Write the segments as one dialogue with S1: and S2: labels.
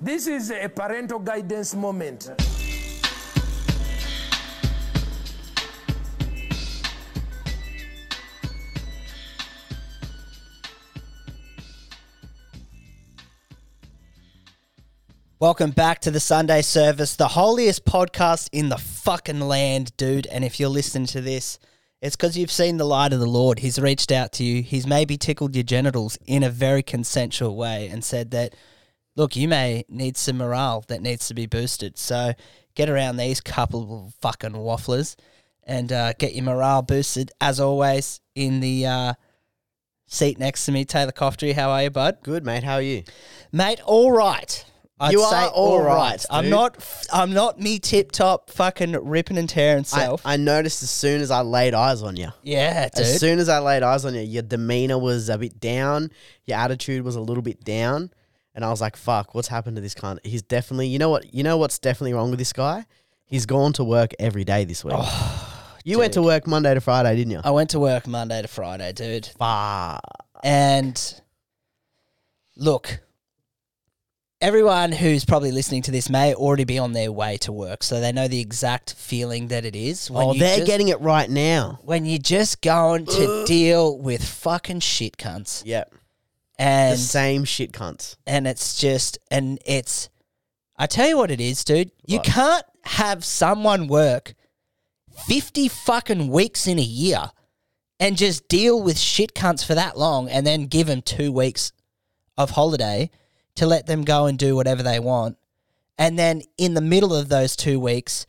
S1: This is a parental guidance moment.
S2: Welcome back to the Sunday service, the holiest podcast in the fucking land, dude. And if you're listening to this, it's because you've seen the light of the Lord. He's reached out to you, he's maybe tickled your genitals in a very consensual way and said that, look, you may need some morale that needs to be boosted. So get around these couple of fucking wafflers and uh, get your morale boosted, as always, in the. Uh, Seat next to me, Taylor Coftry. How are you, bud?
S3: Good, mate. How are you?
S2: Mate, all right. I'd
S3: You
S2: say
S3: are all
S2: all right.
S3: right,
S2: I'm
S3: dude.
S2: not. f- I'm not me tip top fucking ripping and tearing
S3: I,
S2: self.
S3: I noticed as soon as I laid eyes on you.
S2: yeah, dude.
S3: As soon as I laid eyes on you, your demeanor was a bit down. Your attitude was a little bit down, and I was like, "Fuck, what's happened to this cunt? He's definitely. You know what? You know what's definitely wrong with this guy? He's gone to work every day this week. you went to work Monday to Friday, didn't Oh, you?
S2: I went to work Monday to Friday, dude,
S3: Fuck.
S2: and look. Everyone who's probably listening to this may already be on their way to work, so they know the exact feeling that it is. when
S3: Oh,
S2: you
S3: they're
S2: just-
S3: getting it right now.
S2: when you're just going to deal with fucking shit cunts,
S3: Yeah, the
S2: and
S3: same shit cunts.
S2: and it's just and it's I tell you what it is, dude. You can't have someone work 50 fucking weeks in a year and just deal with shit cunts for that long and then give them 2 weeks of holiday to let them go and do whatever they want. And then in the middle of those 2 weeks,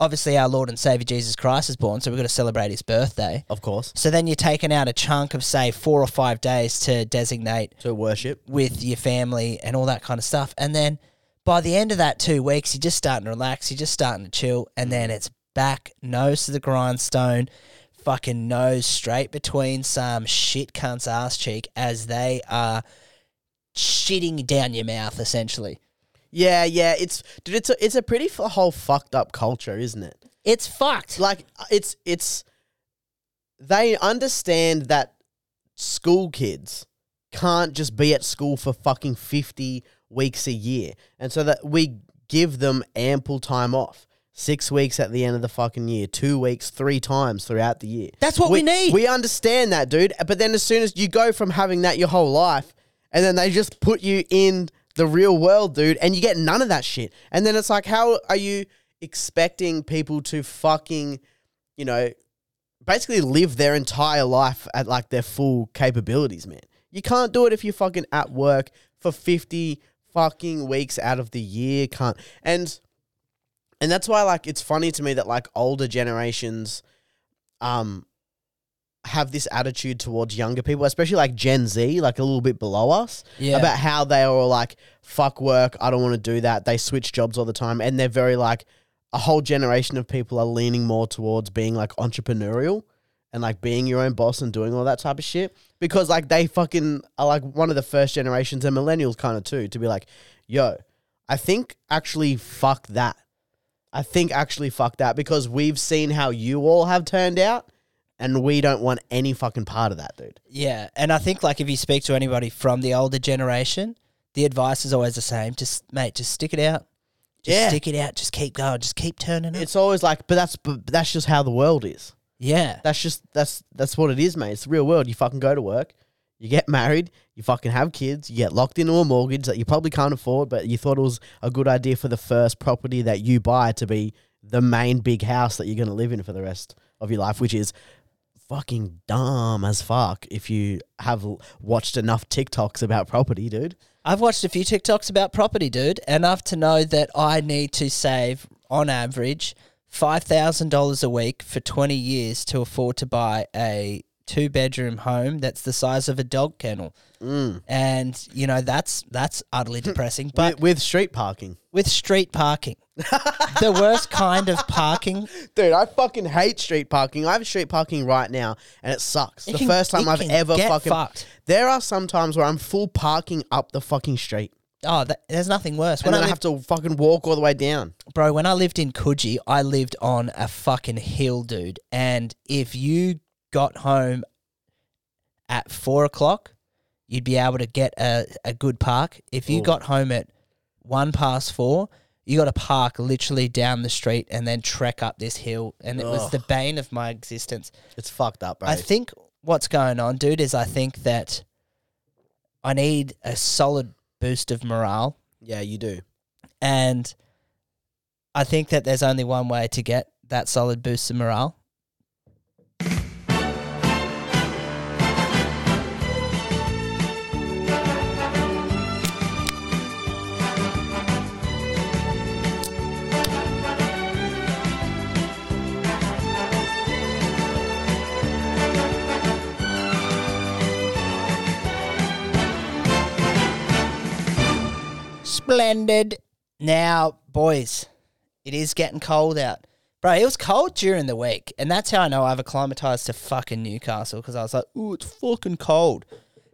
S2: obviously our Lord and Savior Jesus Christ is born, so we've got to celebrate his birthday.
S3: Of course,
S2: So then you're taking out a chunk of say 4 or 5 days to designate
S3: to worship.
S2: with your family and all that kind of stuff. And then by the end of that two weeks, you're just starting to relax, you're just starting to chill, and then it's back nose to the grindstone, fucking nose straight between some shit cunt's ass cheek as they are shitting down your mouth essentially.
S3: Yeah, yeah. It's dude. It's a it's a pretty f- whole fucked up culture, isn't it?
S2: It's fucked.
S3: like it's it's they understand that school kids can't just be at school for fucking 50 weeks a year and so that we give them ample time off 6 weeks at the end of the fucking year 2 weeks 3 times throughout the year
S2: That's what we need.
S3: we understand that dude but then as soon as you go from having that your whole life and then they just put you in the real world, dude, and you get none of that shit. And then it's like, how are you expecting people to fucking, you know, basically live their entire life at like their full capabilities, man? You can't do it if you're fucking at work for 50 fucking weeks out of the year, can't. And and that's why like it's funny to me that like older generations um have this attitude towards younger people, especially like Gen Z, like a little bit below us,
S2: Yeah.
S3: about how they are all like, fuck work, I don't want to do that. They switch jobs all the time. And they're very like, a whole generation of people are leaning more towards being like entrepreneurial and like being your own boss and doing all that type of shit. Because like they fucking are like one of the first generations and millennials kind of too to be like, yo, I think actually fuck that. I think actually fuck that because we've seen how you all have turned out and we don't want any fucking part of that, dude.
S2: Yeah, and I think like if you speak to anybody from the older generation, the advice is always the same. Just mate, just stick it out. Just
S3: Yeah.
S2: stick it out. Just keep going. Just keep turning it.
S3: It's always like, but that's but that's just how the world is.
S2: Yeah.
S3: That's just that's that's what it is, mate. It's the real world. You fucking go to work, you get married, you fucking have kids, you get locked into a mortgage that you probably can't afford, but you thought it was a good idea for the first property that you buy to be the main big house that you're gonna live in for the rest of your life, which is fucking dumb as fuck if you have l- watched enough TikToks about property, dude.
S2: I've watched a few TikToks about property, dude, enough to know that I need to save on average five thousand dollars a week for twenty years to afford to buy a two bedroom home that's the size of a dog kennel.
S3: Mm.
S2: And you know, that's that's utterly depressing. But
S3: But with street parking.
S2: with street parking. the worst kind of parking.
S3: Dude, I fucking hate street parking. I have street parking right now, and it sucks.
S2: It
S3: the
S2: can-
S3: first time
S2: it
S3: I've
S2: can
S3: ever
S2: get
S3: fucking.
S2: fucked.
S3: There are some times where I'm full parking up the fucking street,
S2: Oh, that, there's nothing worse.
S3: and
S2: When I,
S3: then I
S2: lived,
S3: have to fucking walk all the way down.
S2: bro, when I lived in Coogee, I lived on a fucking hill, dude. And if you got home at four o'clock, you'd be able to get a, a good park. If you got home at one past four, you got to park literally down the street and then trek up this hill, and it was the bane of my existence.
S3: It's fucked up, bro.
S2: I think what's going on, dude, is I think that I need a solid boost of morale,
S3: yeah, you do.
S2: and I think that there's only one way to get that solid boost of morale. Splendid. Now, boys, it is getting cold out. Bro, it was cold during the week, and that's how I know I've acclimatized to fucking Newcastle because I was like, ooh, it's fucking cold.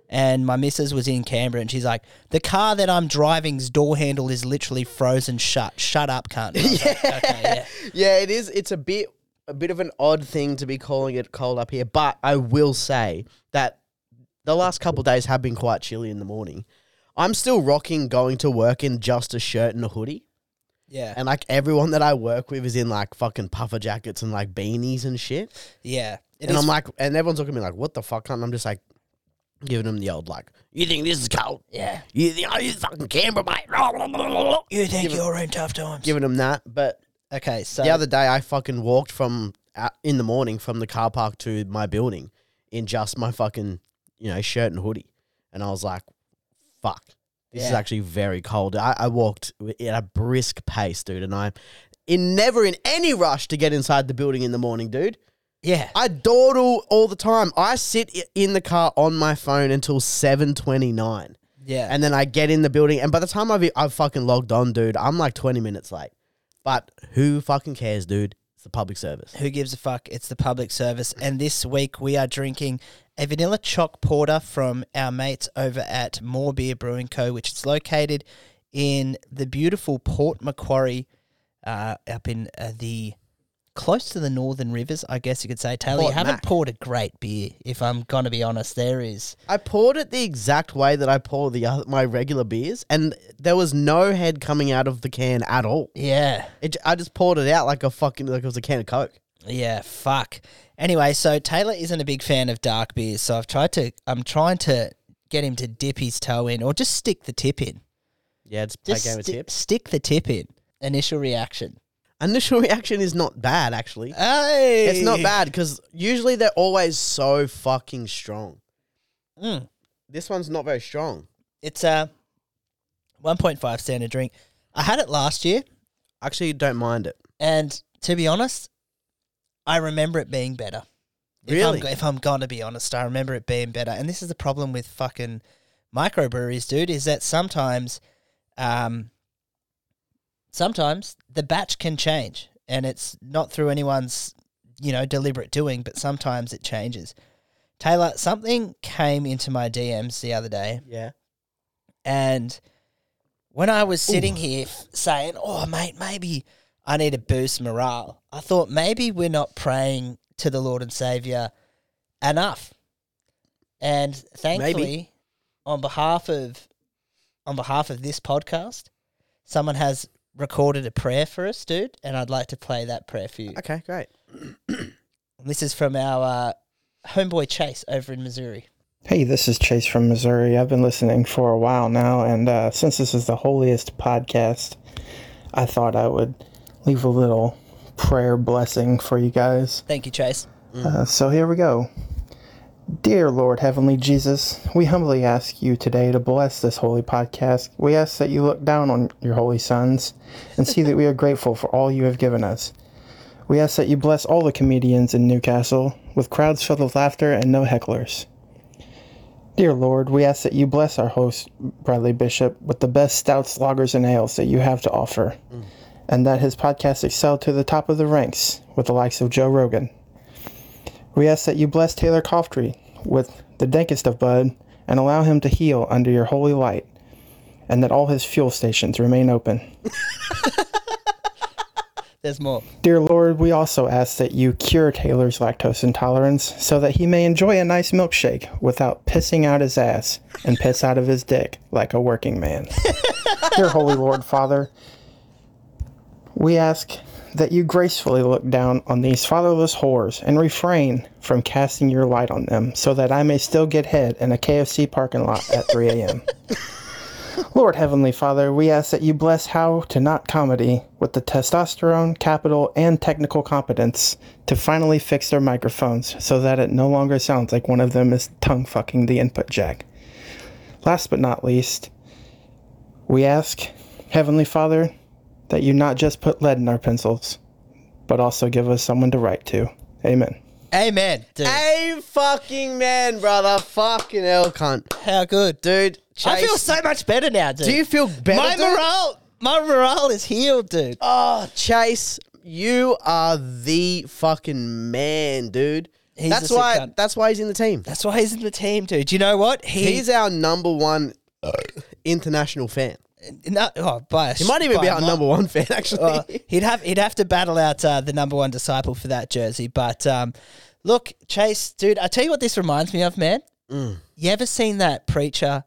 S2: And my missus was in Canberra and she's like, the car that I'm driving's door handle is literally frozen shut. Shut up, cunt. And I was like, okay, yeah.
S3: Yeah, it is. It's a bit a bit of an odd thing to be calling it cold up here, but I will say that the last couple of days have been quite chilly in the morning. I'm still rocking going to work in just a shirt and a hoodie.
S2: Yeah.
S3: And like everyone that I work with is in like fucking puffer jackets and like beanies and shit.
S2: Yeah. It
S3: and
S2: is-
S3: I'm like, and everyone's looking at me like, what the fuck? cunt?" And I'm just like, giving them the old like, you think this is cold?
S2: yeah.
S3: You think are you fucking Canberra, mate?
S2: You think you're in tough times.
S3: Giving them that, but
S2: okay, so.
S3: the other day I fucking walked from uh, in the morning from the car park to my building in just my fucking you know shirt and hoodie, and I was like, "Fuck, this is
S2: Yeah.
S3: actually very cold." I, I walked w- at a brisk pace, dude, and I in never in any rush to get inside the building in the morning, dude.
S2: yeah.
S3: I dawdle all the time. I sit i- in the car on my phone until seven twenty nine.
S2: Yeah.
S3: And then I get in the building, and by the time I've I've fucking logged on, dude, I'm like 20 minutes late. But who fucking cares, dude? It's the public service.
S2: Who gives a fuck? It's the public service. And this week we are drinking a vanilla choc porter from our mates over at More Beer Brewing Co., which is located in the beautiful Port Macquarie, uh, up in uh, the close to the Northern Rivers, I guess you could say. Taylor, you
S3: Port
S2: haven't
S3: Mac.
S2: poured a great beer, if I'm going to be honest. There is.
S3: I poured it the exact way that I pour the other, my regular beers, and there was no head coming out of the can at all.
S2: Yeah.
S3: It, j- I just poured it out like a fucking like it was a can of Coke.
S2: Yeah, fuck. Anyway, so Taylor isn't a big fan of dark beers, so I've tried to I'm trying to get him to dip his toe in or just stick the tip in.
S3: Yeah, it's
S2: Just sti- stick the tip in. Initial reaction.
S3: Initial reaction is not bad actually.
S2: Hey,
S3: It's not bad because usually they're always so fucking strong.
S2: Mm.
S3: This one's not very strong.
S2: It's uh, a 1.5 standard drink. I had it last year,
S3: Actually, don't mind it.
S2: and to be honest, I remember it being better.
S3: Really?
S2: If I'm, if I'm gonna be honest, I remember it being better. And this is the problem with fucking microbreweries, dude, is that sometimes, um, sometimes the batch can change, and it's not through anyone's you know deliberate doing, but sometimes it changes. Taylor, something came into my DMs the other day
S3: Yeah.
S2: and when I was sitting here f- saying, "Oh, mate, maybe I need to boost morale," I thought maybe we're not praying to the Lord and Savior enough. And thankfully, on behalf of on behalf of this podcast, someone has recorded a prayer for us, dude, and I'd like to play that prayer for you.
S3: Okay, great.
S2: This is from our uh, homeboy Chase over in Missouri.
S4: Hey, this is Chase from Missouri. I've been listening for a while now, and uh, since this is the holiest podcast, I thought I would leave a little prayer blessing for you guys.
S2: Thank you, Chase.
S4: Uh, so here we go. Dear Lord Heavenly Jesus, we humbly ask you today to bless this holy podcast. We ask that you look down on your holy sons and see that we are grateful for all you have given us. We ask that you bless all the comedians in Newcastle with crowds filled with laughter and no hecklers. Dear Lord, we ask that you bless our host, Bradley Bishop, with the best stouts, lagers, and ales that you have to offer, and that his podcast excel to the top of the ranks with the likes of Joe Rogan. We ask that you bless Taylor Coftry with the dankest of bud and allow him to heal under your holy light, and that all his fuel stations remain open.
S2: There's more.
S4: Dear Lord, we also ask that you cure Taylor's lactose intolerance so that he may enjoy a nice milkshake without pissing out his ass and piss out of his dick like a working man. Dear Holy Lord Father, we ask that you gracefully look down on these fatherless whores and refrain from casting your light on them so that I may still get head in a KFC parking lot at 3 a.m. Lord Heavenly Father, we ask that you bless How to Not Comedy with the testosterone, capital, and technical competence to finally fix their microphones so that it no longer sounds like one of them is tongue fucking the input jack. Last but not least, we ask, Heavenly Father, that you not just put lead in our pencils, but also give us someone to write to. Amen.
S2: Amen, dude.
S3: Hey, fucking man, brother. Fucking hell, cunt.
S2: How good,
S3: Dude, Chase.
S2: I feel so much better now, dude.
S3: do you feel better?
S2: my
S3: dude?
S2: morale, my morale is healed, dude.
S3: Oh, Chase, you are the fucking man, dude.
S2: He's a
S3: that's
S2: sick
S3: why.
S2: cunt.
S3: That's why he's in the team.
S2: That's why he's in the team, dude. You know what? He- Oh.
S3: He's our number one international fan.
S2: no, oh, by a
S3: He might even
S2: by
S3: be
S2: a
S3: our
S2: mile.
S3: number one fan, actually.
S2: Uh, he'd have he'd have to battle out uh, the number one disciple for that jersey. But um, look, Chase, dude, I tell you what this reminds me of, man. You ever seen that preacher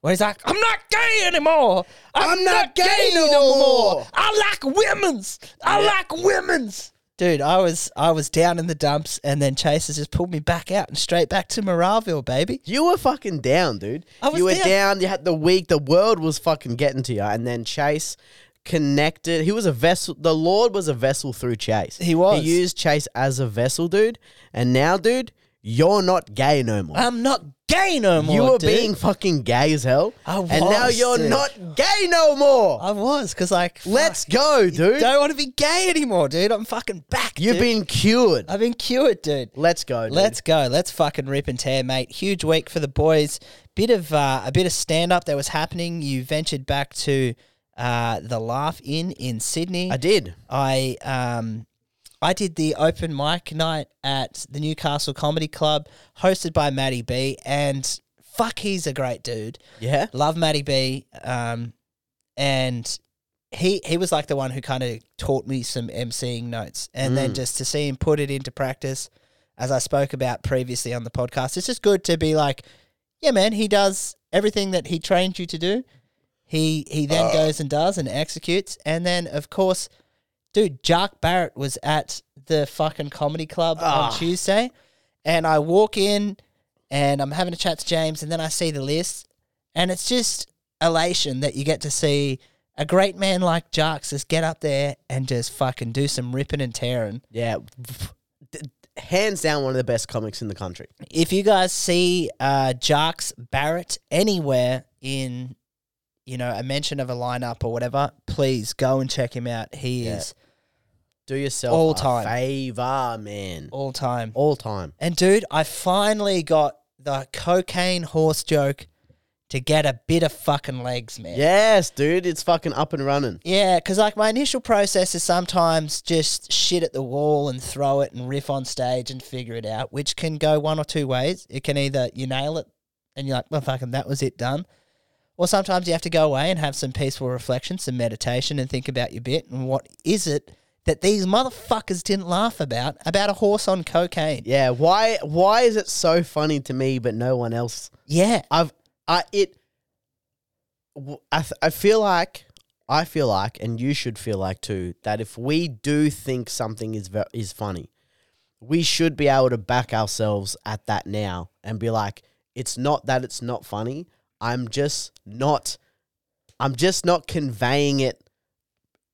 S2: where he's like, "I'm not gay anymore. I'm, not, gay, no, more. I like women's. I like women's." Dude, I was I was down in the dumps, and then Chase has just pulled me back out and straight back to Moralville, baby.
S3: you were fucking down, dude.
S2: I was
S3: you were
S2: down.
S3: down. You had the week. The world was fucking getting to you, and then Chase connected. He was a vessel. The Lord was a vessel through Chase.
S2: He was.
S3: He used Chase as a vessel, dude. And now, dude, you're not gay no more.
S2: I'm not gay no more.
S3: You were
S2: dude.
S3: being fucking gay as hell.
S2: I
S3: And now
S2: was,
S3: you're
S2: dude.
S3: not gay no more.
S2: I was because like
S3: Let's go, dude.
S2: Don't want to be gay anymore, dude. I'm fucking back.
S3: You've
S2: dude.
S3: been cured.
S2: I've been cured, dude.
S3: Let's go, dude.
S2: Let's go. Let's fucking rip and tear, mate. Huge week for the boys. Bit of uh, a bit of stand up that was happening. You ventured back to uh, the Laugh In in Sydney.
S3: I did.
S2: I um I did the open mic night at the Newcastle Comedy Club, hosted by Matty B, and fuck, he's a great dude.
S3: Yeah.
S2: Love Matty B. Um, and he he was like the one who kind of taught me some emceeing notes, and then just to see him put it into practice, as I spoke about previously on the podcast, it's just good to be like, yeah, man, he does everything that he trained you to do. He he then goes and does and executes, and then of course, dude, Jark Barrett was at the fucking comedy club on Tuesday, and I walk in, and I'm having a chat to James, and then I see the list, and it's just elation that you get to see a great man like Jarks just get up there and just fucking do some ripping and tearing.
S3: Yeah. D- Hands down, one of the best comics in the country.
S2: If you guys see uh, Jarks Barrett anywhere in, you know, a mention of a lineup or whatever, please go and check him out. He is
S3: Do yourself
S2: All
S3: a
S2: time.
S3: favor, man.
S2: all time.
S3: All time.
S2: And dude, I finally got the cocaine horse joke to get a bit of fucking legs, man.
S3: Yes, dude. It's fucking up and running.
S2: Yeah, because like my initial process is sometimes just shit at the wall and throw it and riff on stage and figure it out, which can go one or two ways. It can either you nail it and you're like, well, fucking, that was it done. Or sometimes you have to go away and have some peaceful reflection, some meditation, and think about your bit and what is it that these motherfuckers didn't laugh about, about a horse on cocaine.
S3: Yeah. Why? Why is it so funny to me, but no one else?
S2: Yeah.
S3: I've I it w- I, th- I feel like I feel like and you should feel like too that if we do think something is ve- is funny we should be able to back ourselves at that now and be like it's not that it's not funny I'm just not I'm just not conveying it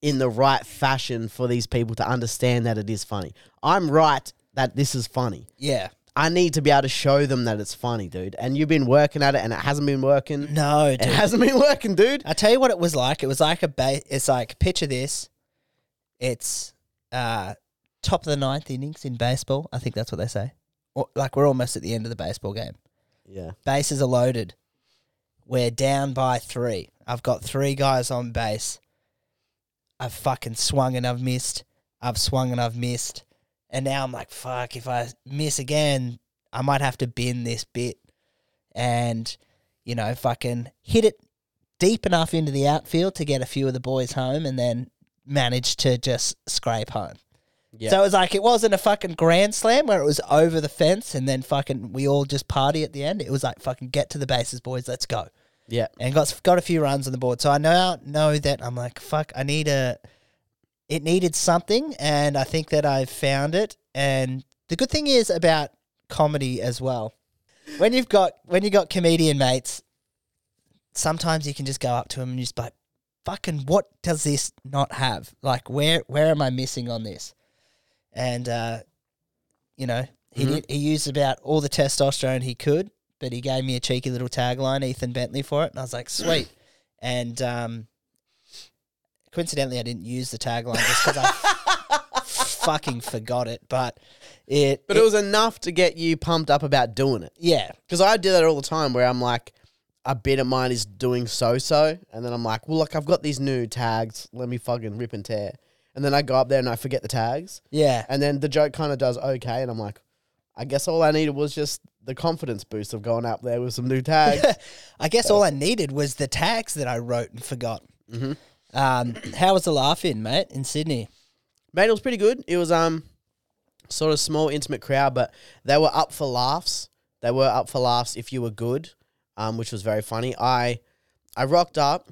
S3: in the right fashion for these people to understand that it is funny. I'm right that this is funny.
S2: Yeah.
S3: I need to be able to show them that it's funny, dude. And you've been working at it, and it hasn't been working.
S2: No,
S3: It
S2: dude. Uh,
S3: hasn't been working, dude.
S2: I tell you what it was like. It was like a ba- it's like picture this. It's uh top of the ninth innings in baseball. I think that's what they say. Or, like we're almost at the end of the baseball game.
S3: Yeah,
S2: Bases are loaded. We're down by three. I've got three guys on base. I've fucking swung and I've missed. I've swung and I've missed. And now I'm like, fuck, if I miss again, I might have to bin this bit and, you know, fucking hit it deep enough into the outfield to get a few of the boys home and then manage to just scrape home.
S3: Yeah.
S2: So it was like it wasn't a fucking grand slam where it was over the fence and then fucking we all just party at the end. It was like fucking get to the bases, boys, let's go.
S3: Yeah.
S2: and got got a few runs on the board. So I now know that I'm like, fuck, I need a. It needed something, and I think that I've found it. And the good thing is about comedy as well. When you've got when you got comedian mates, sometimes you can just go up to them and just be like, fucking, what does this not have? Like, where where am I missing on this? And uh, you know, he
S3: Mm-hmm.
S2: did, he used about all the testosterone he could, but he gave me a cheeky little tagline, Ethan Bentley, for it, and I was like, sweet. and um, coincidentally, I didn't use the tagline just because I fucking forgot it, but it,
S3: But it was enough to get you pumped up about doing it.
S2: yeah,
S3: Because I do that all the time where I'm like, a bit of mine is doing so so. And then I'm like, well, look, I've got these new tags. Let me fucking rip and tear. And then I go up there and I forget the tags.
S2: yeah,
S3: And then the joke kind of does okay. And I'm like, I guess all I needed was just the confidence boost of going up there with some new tags.
S2: I guess all I needed was the tags that I wrote and forgot.
S3: Mm-hmm.
S2: Um, how was the laugh in, mate, in Sydney?
S3: Mate, it was pretty good. It was um sort of small, intimate crowd, but they were up for laughs. They were up for laughs if you were good, um, which was very funny. I I rocked up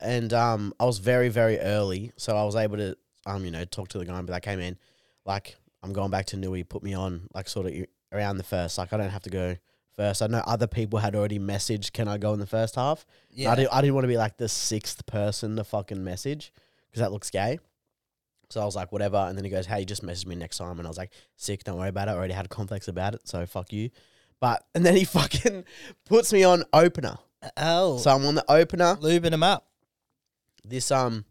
S3: and um I was very, very early, so I was able to um, you know, talk to the guy and be like, Hey man, like I'm going back to Nui, put me on like sort of i- around the first. Like I don't have to go first. I know other people had already messaged, can I go in the first half? And I didn't, I didn't want to be like the sixth person to fucking message because that looks gay. So I was like, whatever. And then he goes, hey, you just message me next time. And I was like, sick, don't worry about it. I already had a complex about it, so fuck you. But, and then he fucking puts me on opener.
S2: Oh,
S3: So I'm on the opener.
S2: lubing them up.
S3: This, um,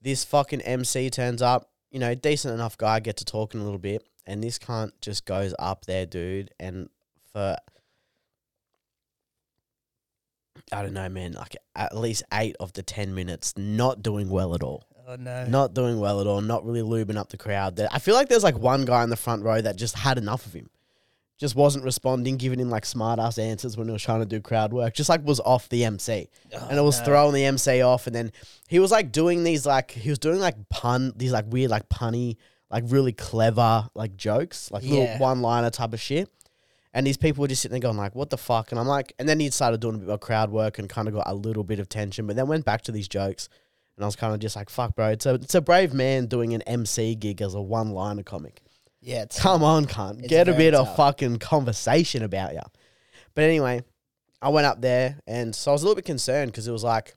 S3: this fucking MC turns up, you know, decent enough guy, get to talking a little bit. And this cunt just goes up there, dude. And for, I don't know, man, like at least eight of the 10 minutes, not doing well at all
S2: Oh no.
S3: not doing well at all, not really lubing up the crowd. There, I feel like there's like one guy in the front row that just had enough of him. Just wasn't responding, giving him like smart ass answers when he was trying to do crowd work. Just like was off the MC. and it was throwing the MC off. And then he was like doing these like he was doing like pun these like weird like punny, like really clever like jokes, like
S2: Yeah.
S3: little one liner type of shit. And these people were just sitting there going like, "What the fuck?" And I'm like, and then he started doing a bit of crowd work and kind of got a little bit of tension, but then went back to these jokes, and I was kind of just like, "Fuck, bro, it's a it's a brave man doing an MC gig as a one liner comic.
S2: Yeah, it's
S3: Come on, cunt,
S2: It's
S3: get a
S2: very
S3: bit
S2: tough.
S3: of fucking conversation about ya." But anyway, I went up there, and so I was a little bit concerned because it was like,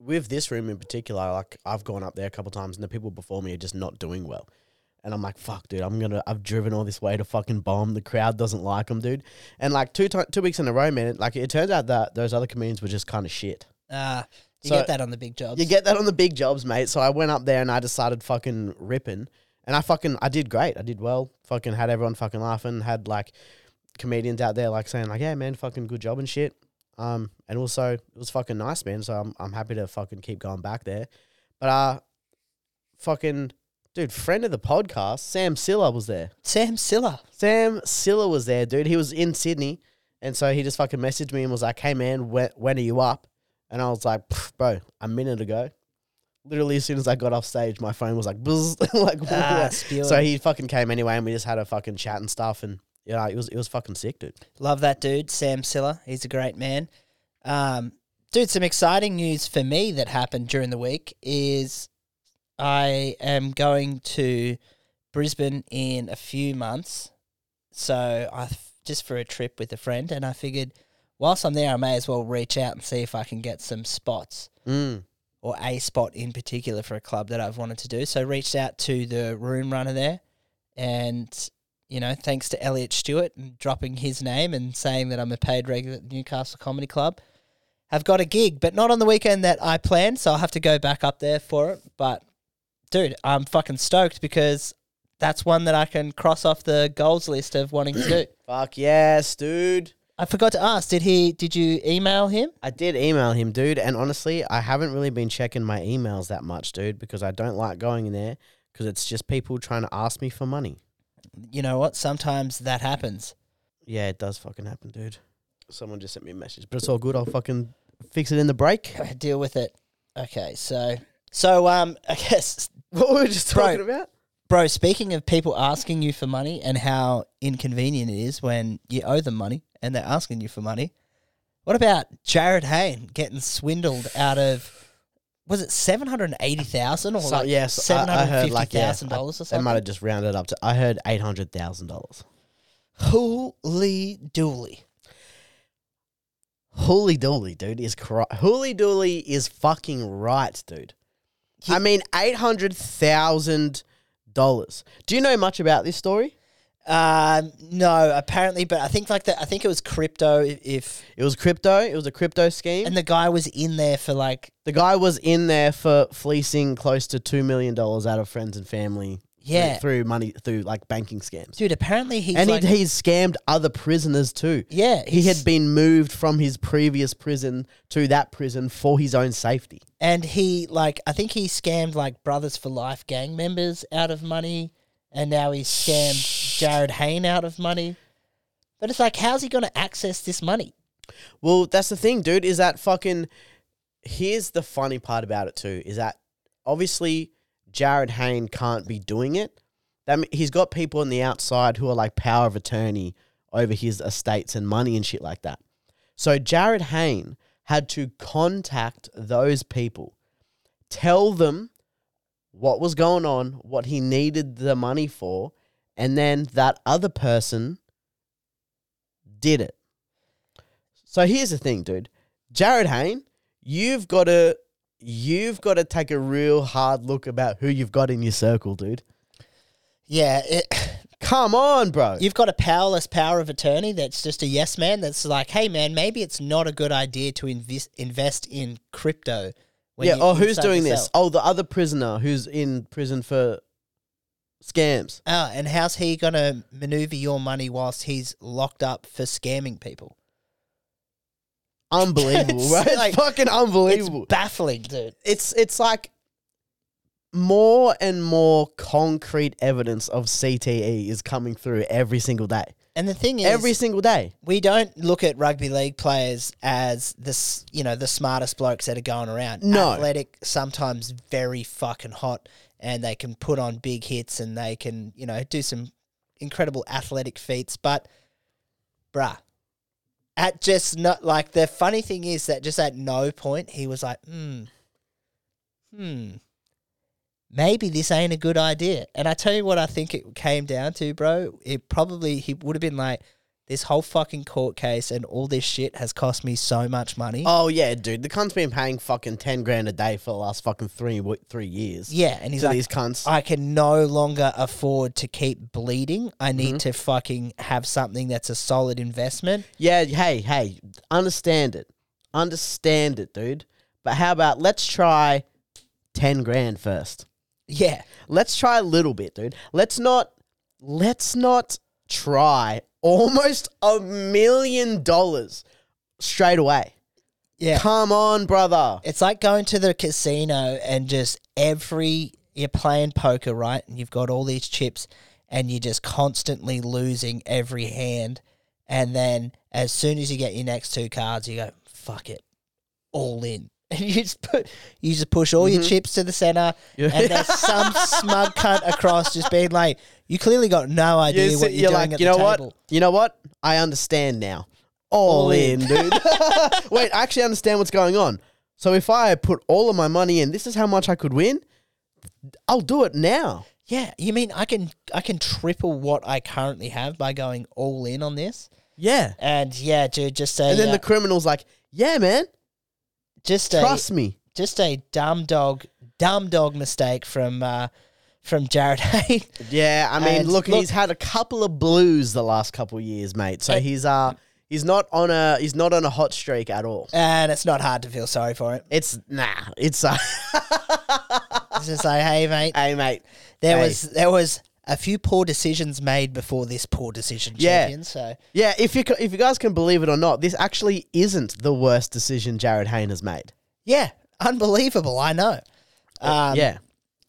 S3: with this room in particular, like I've gone up there a couple times, and the people before me are just not doing well. And I'm like, fuck, dude, I'm gonna, I've driven all this way to fucking bomb. The crowd doesn't like them, dude. And like two ti two weeks in a row, man, like it turns out that those other comedians were just kind of shit.
S2: Uh, you
S3: So-
S2: get that on the big jobs.
S3: You get that on the big jobs, mate. So I went up there and I decided fucking ripping. And I fucking, I did great. I did well. Fucking had everyone fucking laughing. Had like comedians out there like saying like, yeah, man, fucking good job and shit. Um, and also it was fucking nice, man. So I'm, I'm happy to fucking keep going back there. But, uh, fucking, dude, friend of the podcast, Sam Silla was there.
S2: Sam Silla.
S3: Sam Silla was there, dude. He was in Sydney, and so he just fucking messaged me and was like, "Hey man, when, when are you up?" And I was like, "Pff, "Bro, a minute ago." Literally, as soon as I got off stage, my phone was like, "Buzz," like
S2: Ah, spewing.
S3: so he fucking came anyway, and we just had a fucking chat and stuff, and yeah, it was it was fucking sick, dude.
S2: Love that dude, Sam Silla. He's a great man. Um, dude, some exciting news for me that happened during the week is I am going to Brisbane in a few months. So I f- just for a trip with a friend, and I figured whilst I'm there, I may as well reach out and see if I can get some spots
S3: Mm.
S2: or a spot in particular for a club that I've wanted to do. So I reached out to the room runner there, and you know, thanks to Elliot Stewart and dropping his name and saying that I'm a paid regular at Newcastle Comedy Club, have got a gig, but not on the weekend that I planned. So I'll have to go back up there for it. But dude, I'm fucking stoked because that's one that I can cross off the goals list of wanting to do.
S3: Fuck yes, dude.
S2: I forgot to ask. Did he? Did you email him?
S3: I did email him, dude, and honestly, I haven't really been checking my emails that much, dude, because I don't like going in there because it's just people trying to ask me for money.
S2: You know what? Sometimes that happens.
S3: Yeah, it does fucking happen, dude. Someone just sent me a message, but it's all good. I'll fucking fix it in the break.
S2: deal with it. Okay, so so um, I guess,
S3: What were we just
S2: Right.
S3: talking about?
S2: bro. Speaking of people asking you for money and how inconvenient it is when you owe them money and they're asking you for money, What about Jared Hayne getting swindled out of was it seven hundred and eighty thousand or
S3: So,
S2: oh, like
S3: yes,
S2: seven
S3: I, I
S2: hundred
S3: heard
S2: fifty
S3: like yeah,
S2: thousand dollars or
S3: I- They might
S2: something?
S3: have just rounded up to. I heard eight hundred thousand dollars.
S2: Holy dooly!
S3: Holy dooly, dude, is corrupt. Holy dooly is fucking right, dude. I mean, eight hundred thousand dollars. Do you know much about this story?
S2: Um, no, apparently, but I think like that. I think it was crypto. i- If
S3: It was crypto. It was a crypto scheme.
S2: and the guy was in there for like
S3: the guy was in there for fleecing close to two million dollars out of friends and family. through-
S2: Yeah.
S3: through money through like banking scams.
S2: dude. Apparently he's
S3: and
S2: like,
S3: he he's scammed other prisoners too.
S2: yeah,
S3: he
S2: he's-
S3: had been moved from his previous prison to that prison for his own safety.
S2: and he like I think he scammed like Brothers for Life gang members out of money, and now he's scammed Jared Hayne out of money. But it's like, how's he going to access this money?
S3: Well, that's the thing, dude, is that fucking here's the funny part about it too, is that obviously Jared Hayne can't be doing it. That mean, he's got people on the outside who are like power of attorney over his estates and money and shit like that. So Jared Hayne had to contact those people, tell them what was going on, what he needed the money for, and then that other person did it. So here's the thing, dude. Jared Hayne, you've got to you've got to take a real hard look about who you've got in your circle, dude.
S2: Yeah, it,
S3: Come on, bro.
S2: You've got a powerless power of attorney that's just a yes man that's like, hey man, maybe it's not a good idea to invest invest in crypto.
S3: yeah,
S2: you
S3: or who's
S2: inside
S3: doing this?
S2: yourself."
S3: Oh, the other prisoner who's in prison for scams.
S2: Oh, and how's he gonna maneuver your money whilst he's locked up for scamming people?
S3: Unbelievable,
S2: It's
S3: right? It's
S2: like-
S3: fucking
S2: It's
S3: unbelievable.
S2: baffling, dude.
S3: it's it's like more and more concrete evidence of CTE is coming through every single day.
S2: And the thing is,
S3: Every single day.
S2: we don't look at rugby league players as this, you know, the smartest blokes that are going around.
S3: No.
S2: athletic, sometimes very fucking hot, and they can put on big hits and they can, you know, do some incredible athletic feats. But, bruh, at just not like the funny thing is that just at no point he was like, hmm, hmm. Maybe this ain't a good idea. And I tell you what I think it came down to, bro. It probably he would have been like, this whole fucking court case and all this shit has cost me so much money.
S3: Oh yeah, dude. The cunt's been paying fucking ten grand a day for the last fucking three wo- three years.
S2: Yeah, and he's
S3: to
S2: like,
S3: these cunts.
S2: I can no longer afford to keep bleeding. I need
S3: Mm-hmm.
S2: to fucking have something that's a solid investment.
S3: yeah, hey, hey, understand it, understand it, dude. But how about let's try ten grand first.
S2: Yeah,
S3: Let's try a little bit, dude. Let's not, let's not try almost a million dollars straight away.
S2: yeah.
S3: Come on, brother.
S2: It's like going to the casino and just every you're playing poker, right? And you've got all these chips and you're just constantly losing every hand. And then as soon as you get your next two cards, you go, fuck it. All in. And you just put you just push all your chips to the center
S3: Mm-hmm. Yeah.
S2: and there's some smug cunt across just being like, You clearly got no idea
S3: You
S2: what
S3: sit-
S2: you're,
S3: you're
S2: doing
S3: like,
S2: at
S3: you
S2: the
S3: know what?
S2: table.
S3: You know what? I understand now. All,
S2: All
S3: in,
S2: in.
S3: dude. Wait, I actually understand what's going on. So if I put all of my money in, this is how much I could win. I'll do it now.
S2: Yeah, you mean I can I can triple what I currently have by going all in on this?
S3: Yeah.
S2: And yeah, dude, just a
S3: And then
S2: uh,
S3: the criminal's like, "Yeah, man,
S2: just a
S3: trust me."
S2: just a dumb dog dumb dog mistake from uh, from Jared Hayne.
S3: Yeah, I mean,
S2: And
S3: look,
S2: look-
S3: he's had a couple of blues the last couple of years, mate. So he's uh he's not on a he's not on a hot streak at all.
S2: and it's not hard to feel sorry for it.
S3: It's nah, it's uh,
S2: It's just like, hey mate,
S3: hey, mate.
S2: there
S3: hey.
S2: was there was a few poor decisions made before this poor decision
S3: Yeah.
S2: champion. So
S3: Yeah, if you ca- if you guys can believe it or not, this actually isn't the worst decision Jared Hayne has made.
S2: yeah, unbelievable. I know, Um,
S3: yeah,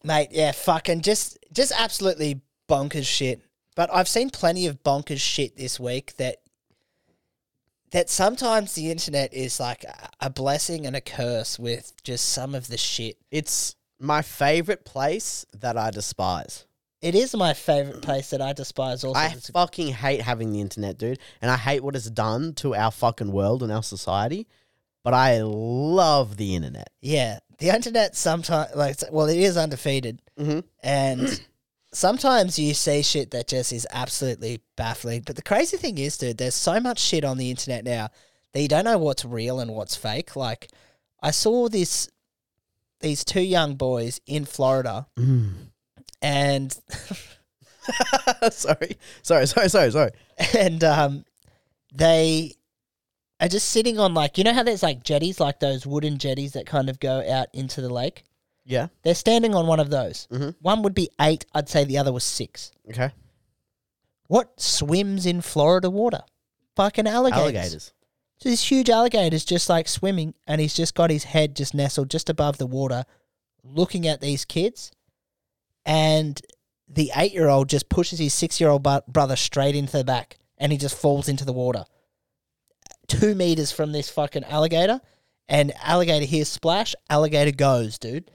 S2: mate. Yeah, fucking just just absolutely bonkers shit. But I've seen plenty of bonkers shit this week that that sometimes the internet is like a- a blessing and a curse with just some of the shit
S3: it's my favorite place that I despise.
S2: It is my favorite place that I despise. Also,
S3: I
S2: It's-
S3: fucking hate having the internet, dude, and I hate what it's done to our fucking world and our society. But I love the internet.
S2: yeah, the internet sometimes like it's- well, it is undefeated,
S3: Mhm.
S2: and sometimes you see shit that just is absolutely baffling. But the crazy thing is, dude, there's so much shit on the internet now that you don't know what's real and what's fake. Like, I saw this these two young boys in Florida, and
S3: sorry, sorry, sorry, sorry, sorry.
S2: and um, they are just sitting on like you know how there's like jetties, like those wooden jetties that kind of go out into the lake.
S3: Yeah.
S2: They're standing on one of those.
S3: Mhm.
S2: One would be eight. I'd say the other was six.
S3: Okay.
S2: What swims in Florida water? Fucking alligators.
S3: Alligators.
S2: So this huge alligator's just like swimming, and he's just got his head just nestled just above the water, looking at these kids. And the eight year old just pushes his six year old bu- brother straight into the back, and he just falls into the water. Two meters from this fucking alligator, and alligator hears splash, alligator goes, dude.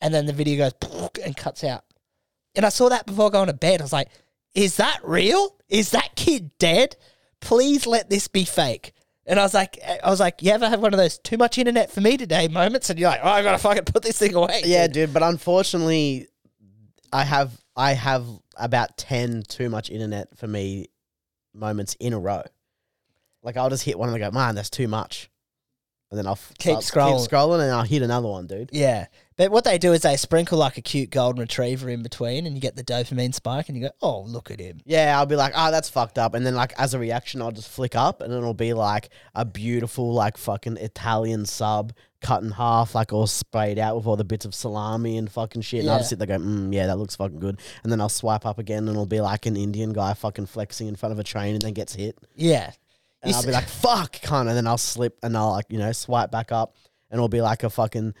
S2: And then the video goes and cuts out. And I saw that before going to bed. I was like, is that real? Is that kid dead? Please let this be fake. And I was like, I was like, you ever have one of those too much internet for me today moments? And you're like, oh, I gotta fucking put this thing away.
S3: Yeah,
S2: dude.
S3: dude. But unfortunately, I have I have about ten too much internet for me moments in a row. Like I'll just hit one and I go, man, that's too much, and then I'll f-
S2: Keep
S3: start-
S2: scrolling.
S3: keep scrolling, and I'll hit another one, dude.
S2: Yeah. But what they do is they sprinkle like a cute golden retriever in between and you get the dopamine spike and you go, oh, look at him.
S3: Yeah, I'll be like, oh, that's fucked up. And then, like, as a reaction, I'll just flick up and it'll be like a beautiful, like, fucking Italian sub cut in half, like, all sprayed out with all the bits of salami and fucking shit. And I'll just
S2: Yeah.
S3: sit there going, mm, yeah, that looks fucking good. And then I'll swipe up again and it'll be like an Indian guy fucking flexing in front of a train and then gets hit.
S2: Yeah.
S3: And
S2: You
S3: I'll
S2: s-
S3: be like, fuck, cunt. And then I'll slip and I'll, like, you know, swipe back up and it'll be like a fucking,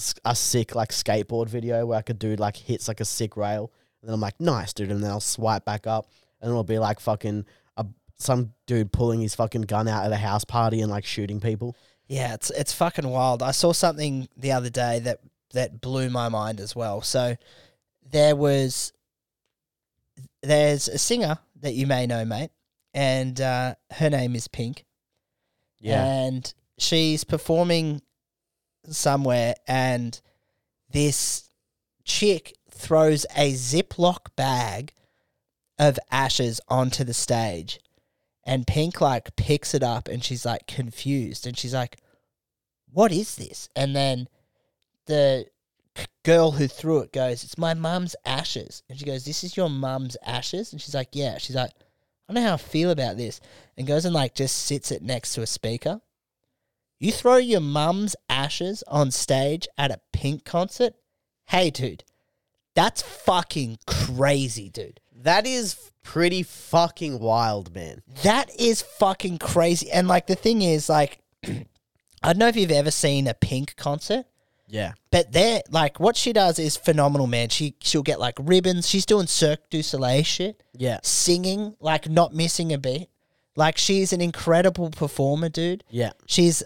S3: s- a sick, like, skateboard video where like a dude, like, hits, like, a sick rail. And then I'm like, nice, dude. And then I'll swipe back up and it'll be like fucking a, some dude pulling his fucking gun out at a house party and, like, shooting people.
S2: Yeah, it's it's fucking wild. I saw something the other day that that blew my mind as well. So there was there's a singer that you may know, mate, and uh, her name is Pink. And she's performing somewhere, and this chick throws a Ziploc bag of ashes onto the stage. And Pink, like, picks it up and she's, like, confused. And she's like, What is this? And then the c- girl who threw it goes, It's my mum's ashes. And she goes, This is your mum's ashes? And she's like, Yeah. She's like, I don't know how I feel about this. And goes and, like, just sits it next to a speaker. You throw your mum's ashes on stage at a Pink concert? Hey, dude, that's fucking crazy, dude.
S3: That is pretty fucking wild, man.
S2: That is fucking crazy. And like the thing is, like, I don't know if you've ever seen a Pink concert,
S3: Yeah.
S2: but they're like, what she does is phenomenal, man. She she'll get like ribbons. She's doing Cirque du Soleil shit,
S3: Yeah.
S2: singing like not missing a beat. Like she's an incredible performer, dude.
S3: Yeah.
S2: She's,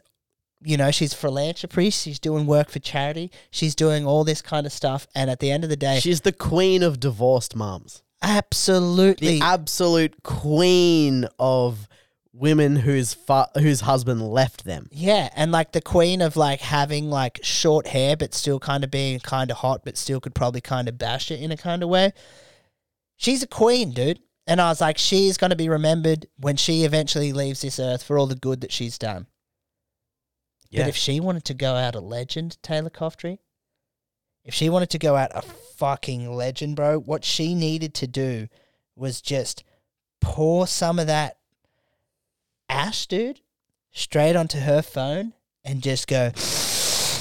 S2: you know, she's philanthropy. She's doing work for charity. She's doing all this kind of stuff. And at the end of the day,
S3: She's the queen of divorced moms.
S2: absolutely
S3: the absolute queen of women whose fa- whose husband left them.
S2: Yeah, and like the queen of like having like short hair, but still kind of being kind of hot, but still could probably kind of bash it in a kind of way. She's a queen, dude. And I was like, she's going to be remembered when she eventually leaves this earth for all the good that she's done. But if she wanted to go out a legend, Taylor Coftry, if she wanted to go out a fucking legend, bro, what she needed to do was just pour some of that ash, dude, straight onto her phone and just go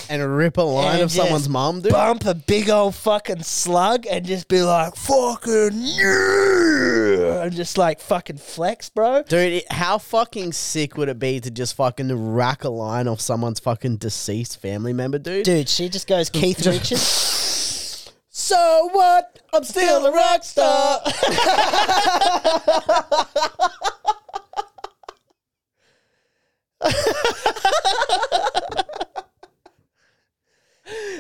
S3: and rip a line
S2: And
S3: of someone's
S2: just
S3: mom, dude.
S2: bump a big old fucking slug and just be like, fucking yeah, and just like fucking flex, bro.
S3: Dude, it, how fucking sick would it be to just fucking rack a line off someone's fucking deceased family member, dude?
S2: Dude, she just goes Keith Richards.
S3: So what? I'm still a rock star.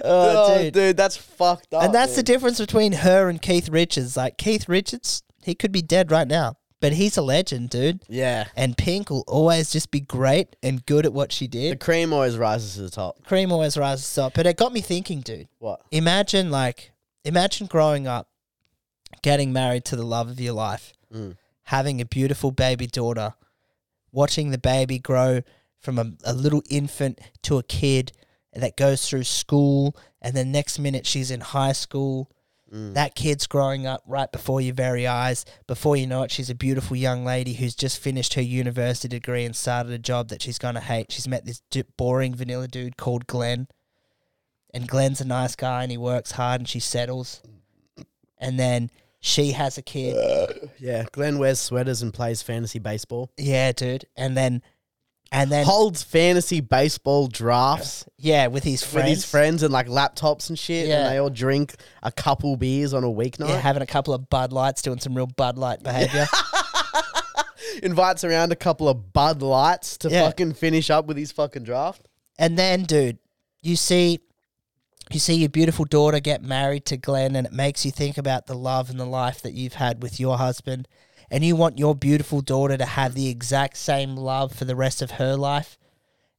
S3: Oh,
S2: dude.
S3: dude. that's fucked up.
S2: And that's the
S3: Oh, man.
S2: difference between her and Keith Richards. Like Keith Richards, he could be dead right now, but he's a legend, dude.
S3: yeah.
S2: And Pink will always just be great and good at what she
S3: The
S2: did.
S3: cream always rises to the top.
S2: Cream always rises up. But it got me thinking, dude.
S3: What?
S2: Imagine like imagine growing up, getting married to the love of your life,
S3: Mm.
S2: having a beautiful baby daughter, watching the baby grow from a, a little infant to a kid that goes through school and then next minute she's in high school that kid's growing up right before your very eyes. Before you know it, she's a beautiful young lady who's just finished her university degree and started a job that she's going to hate. She's met this d- boring vanilla dude called Glenn. And Glenn's a nice guy and he works hard and she settles. And then she has a kid.
S3: Yeah. Glenn wears sweaters and plays fantasy baseball.
S2: Yeah, dude. And then, and then,
S3: Holds fantasy baseball drafts
S2: yeah, with his
S3: with
S2: friends.
S3: his friends and like laptops and shit.
S2: Yeah.
S3: And they all drink a couple beers on a weeknight.
S2: Yeah, having a couple of Bud Lights, doing some real Bud Light behavior.
S3: Invites around a couple of Bud Lights to
S2: Yeah.
S3: fucking finish up with his fucking draft.
S2: And then, dude, you see, you see your beautiful daughter get married to Glenn, and it makes you think about the love and the life that you've had with your husband, and you want your beautiful daughter to have the exact same love for the rest of her life.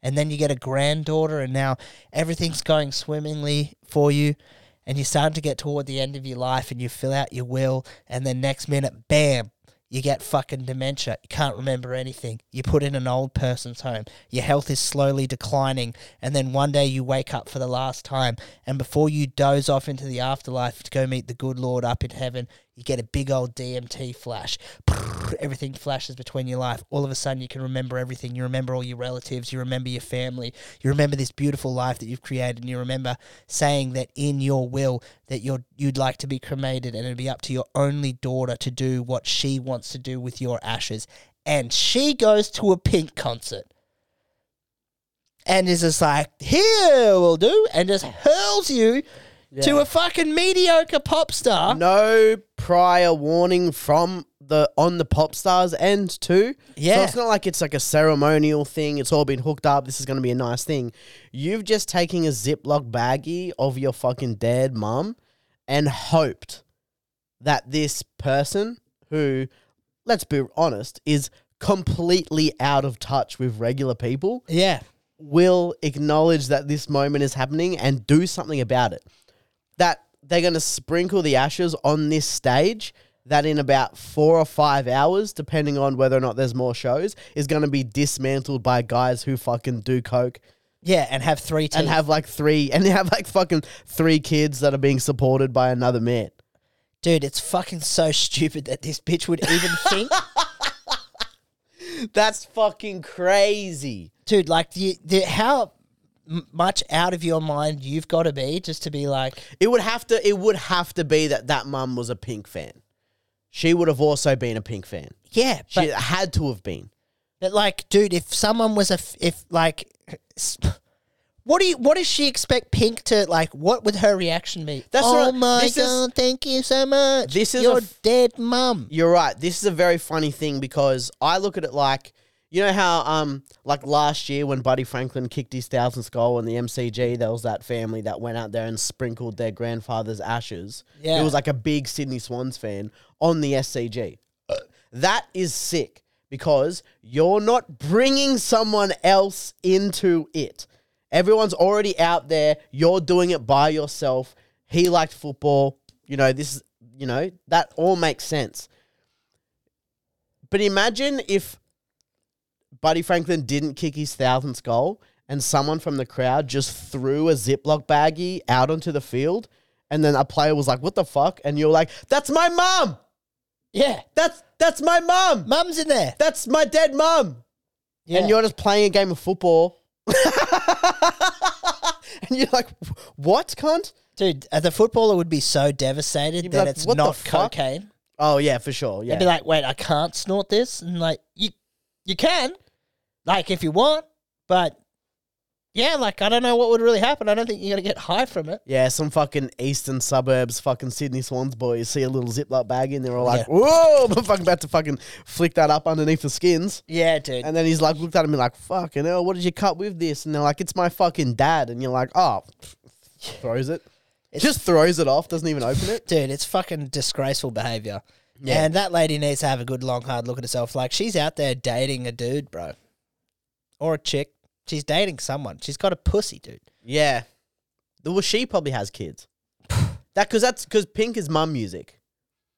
S2: And then you get a granddaughter, and now everything's going swimmingly for you. And you're starting to get toward the end of your life, and you fill out your will, and then next minute, bam, you get fucking dementia. You can't remember anything. You put in an old person's home. Your health is slowly declining. And then one day you wake up for the last time. And before you doze off into the afterlife to go meet the good Lord up in heaven, you get a big old DMT flash. Everything flashes between your life. All of a sudden, you can remember everything. You remember all your relatives. You remember your family. You remember this beautiful life that you've created. And you remember saying that in your will that you're, you'd like to be cremated and it'd be up to your only daughter to do what she wants to do with your ashes. And she goes to a pink concert and is just like, here will do, and just hurls you to a fucking mediocre pop star.
S3: no prior warning from the on the pop stars end too.
S2: Yeah.
S3: So it's not like it's like a ceremonial thing. It's all been hooked up. This is going to be a nice thing. You've just taken a Ziploc baggie of your fucking dead mum and hoped that this person who let's be honest is completely out of touch with regular people
S2: Yeah.
S3: will acknowledge that this moment is happening and do something about it. That they're going to sprinkle the ashes on this stage. That in about four or five hours, depending on whether or not there's more shows, is going to be dismantled by guys who fucking do coke
S2: Yeah, and have three teeth.
S3: and have like three and have like fucking three kids that are being supported by another man.
S2: Dude, it's fucking so stupid that this bitch would even think.
S3: That's fucking crazy.
S2: Dude, like, the, the, how m- much out of your mind you've got to be just to be like,
S3: It would have to. It would have to be that that mum was a Pink fan. She would have also been a Pink fan.
S2: yeah, but,
S3: She had to have been.
S2: but like, dude, if someone was a, f- if like, s- what do you, what does she expect Pink to like? What would her reaction be?
S3: That's
S2: oh
S3: what I-
S2: my
S3: this is-
S2: god, thank you so much.
S3: This is a
S2: your
S3: f-
S2: dead mum.
S3: You're right. This is a very funny thing because I look at it like you know how um like last year when Buddy Franklin kicked his thousandth goal in the MCG, there was that family that went out there and sprinkled their grandfather's ashes.
S2: Yeah.
S3: It was like a big Sydney Swans fan on the SCG. Uh, That is sick because you're not bringing someone else into it. Everyone's already out there. You're doing it by yourself. He liked football. You know, this is, you know, that all makes sense. But imagine if Buddy Franklin didn't kick his thousandth goal and someone from the crowd just threw a Ziploc baggie out onto the field. And then a player was like, what the fuck? And you're like, that's my mom.
S2: Yeah,
S3: That's that's my mom.
S2: mum's in there.
S3: That's my dead mum.
S2: Yeah.
S3: And you're just playing a game of football. and you're like, what, cunt?
S2: Dude, uh, the footballer would be so devastated
S3: You'd be
S2: that
S3: like,
S2: it's
S3: "What the
S2: not
S3: fuck?"
S2: cocaine.
S3: Oh yeah, for sure.
S2: They'd
S3: Yeah.
S2: be like, wait, I can't snort this, and like you, you can, like if you want, but yeah, like I don't know what would really happen. I don't think you're gonna get high from it.
S3: yeah, some fucking eastern suburbs, fucking Sydney Swans boys see a little Ziploc bag and they're all like,
S2: Yeah.
S3: whoa, I'm fucking about to fucking flick that up underneath the skins.
S2: Yeah, dude.
S3: And then he's like, looked at him and like, fucking hell, what did you cut with this? And they're like, it's my fucking dad. And you're like, oh, throws it. just throws it off, doesn't even open it.
S2: Dude, it's fucking disgraceful behavior. And that lady needs to have a good long hard look at herself. Like she's out there dating a dude, bro. Or a chick. She's dating someone. She's got a pussy, dude.
S3: Yeah. Well, she probably has kids. That because that's because Pink is mum music.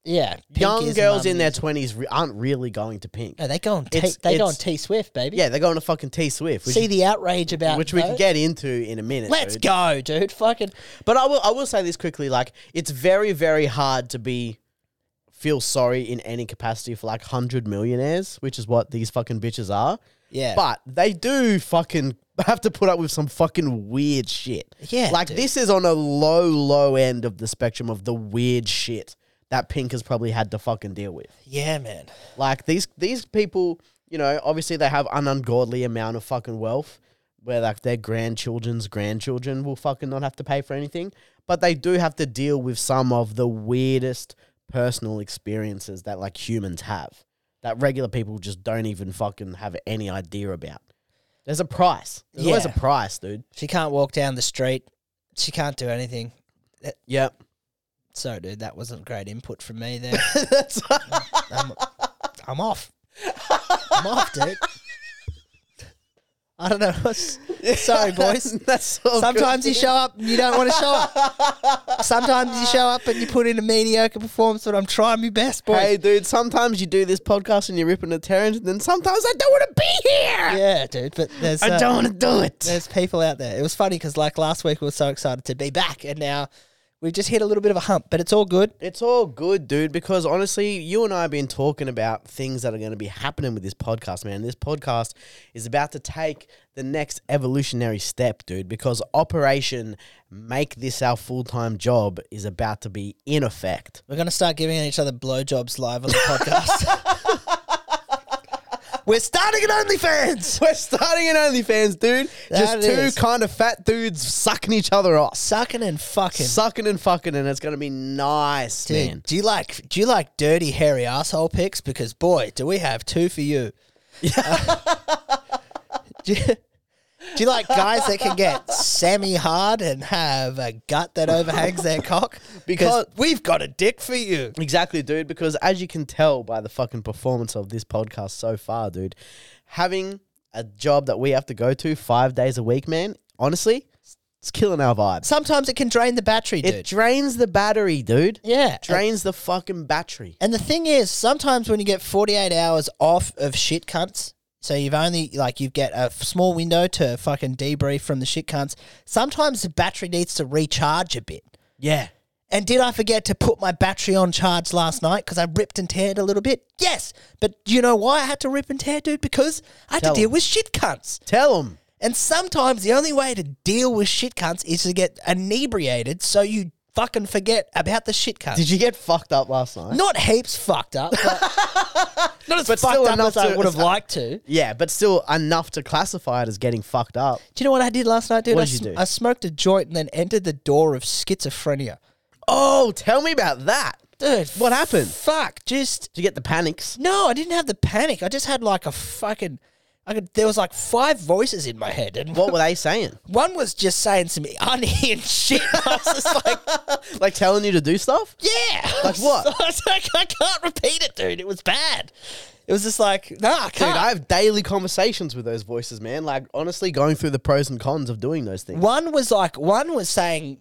S2: Yeah. Pink
S3: Young
S2: is
S3: girls
S2: mum
S3: in their
S2: music.
S3: twenties re- aren't really going to Pink.
S2: No, they go on T
S3: It's-
S2: they go on
S3: it's-
S2: T Swift, baby.
S3: Yeah, they're going to fucking T Swift, which,
S2: See the outrage about
S3: which we
S2: though?
S3: can get into in a minute.
S2: Let's
S3: dude.
S2: go, dude. Fucking
S3: But I will I will say this quickly, like it's very, very hard to be feel sorry in any capacity for like hundred millionaires, which is what these fucking bitches are.
S2: Yeah.
S3: But they do fucking have to put up with some fucking weird shit.
S2: Yeah,
S3: Like
S2: dude.
S3: this is on a low, low end of the spectrum of the weird shit that Pink has probably had to fucking deal with.
S2: Yeah, man.
S3: Like these these people, you know, obviously they have an ungodly amount of fucking wealth where like their grandchildren's grandchildren will fucking not have to pay for anything, but they do have to deal with some of the weirdest personal experiences that like humans have that regular people just don't even fucking have any idea about. There's a price. There's always a
S2: Yeah.
S3: price, dude.
S2: She can't walk down the street. She can't do anything.
S3: Yeah.
S2: So, dude, that wasn't great input from me there.
S3: That's
S2: I'm, I'm off. I'm off, dude. I don't know. what's- Sorry, boys.
S3: That's all good.
S2: Sometimes you show up and you don't want to show up. Sometimes you show up and you put in a mediocre performance, but I'm trying my best, boys.
S3: Hey dude, sometimes you do this podcast and you're ripping a Terrence, and then sometimes I don't want to be here.
S2: Yeah, dude. But there's uh,
S3: want to do it.
S2: there's people out there. It was funny because like last week we were so excited to be back, and now we've just hit a little bit of a hump, but it's all good.
S3: It's all good, dude, because honestly, you and I have been talking about things that are going to be happening with this podcast, man. This podcast is about to take the next evolutionary step, dude, because Operation Make This Our Full Time Job is about to be in effect.
S2: We're gonna start giving each other blowjobs live on the podcast. We're starting an OnlyFans.
S3: We're starting an OnlyFans, dude.
S2: That
S3: Just two
S2: is-
S3: kind of fat dudes sucking each other off.
S2: Sucking and fucking.
S3: Sucking and fucking, and it's going to be nice,
S2: Dude,
S3: man.
S2: do you like do you like dirty hairy asshole pics? Because boy, do we have two for you. Uh, do, you do you like guys that can get semi hard and have a gut that overhangs their cock? Because
S3: Because-
S2: we've got a dick for you.
S3: Exactly, dude. Because as you can tell by the fucking performance of this podcast so far, dude, having a job that we have to go to five days a week, man, honestly, it's killing our vibes.
S2: Sometimes it can drain the battery, dude.
S3: It drains the battery, dude.
S2: yeah. and-
S3: Drains the fucking battery.
S2: And the thing is, sometimes when you get 48 hours off of shit cunts, so you've only, like, you get a f- small window to fucking debrief from the shit cunts, sometimes the battery needs to recharge a bit.
S3: Yeah.
S2: And did I forget to put my battery on charge last night because I ripped and teared a little bit? Yes. But you know why I had to rip and tear, dude? Because I had
S3: Tell
S2: to deal
S3: 'em.
S2: with shit cunts.
S3: Tell them.
S2: And sometimes the only way to deal with shit cunts is to get inebriated so you fucking forget about the shit cunts.
S3: Did you get fucked up last night?
S2: Not heaps fucked up, but not as
S3: But
S2: fucked
S3: still
S2: up
S3: enough
S2: as I
S3: to-
S2: would have liked to.
S3: Yeah, but still enough to classify it as getting fucked up.
S2: Do you know what I did last night, dude?
S3: What
S2: I,
S3: did you
S2: sm-
S3: do?
S2: I smoked a joint and then entered the door of schizophrenia.
S3: Oh, tell me about that.
S2: Dude,
S3: What happened?
S2: Fuck, just
S3: Did you get the panics?
S2: no. I didn't have the panic. I just had like a fucking. I could. There was like five voices in my head, and
S3: What were they saying?
S2: one was just saying some unhinged shit. I was just like,
S3: like telling you to do stuff?
S2: yeah.
S3: Like what?
S2: I was like, I can't repeat it, dude. It was bad. It was just like, nah, I
S3: Dude,
S2: can't.
S3: I have daily conversations with those voices, man. Like, honestly, going through the pros and cons of doing those things.
S2: One was like, one was saying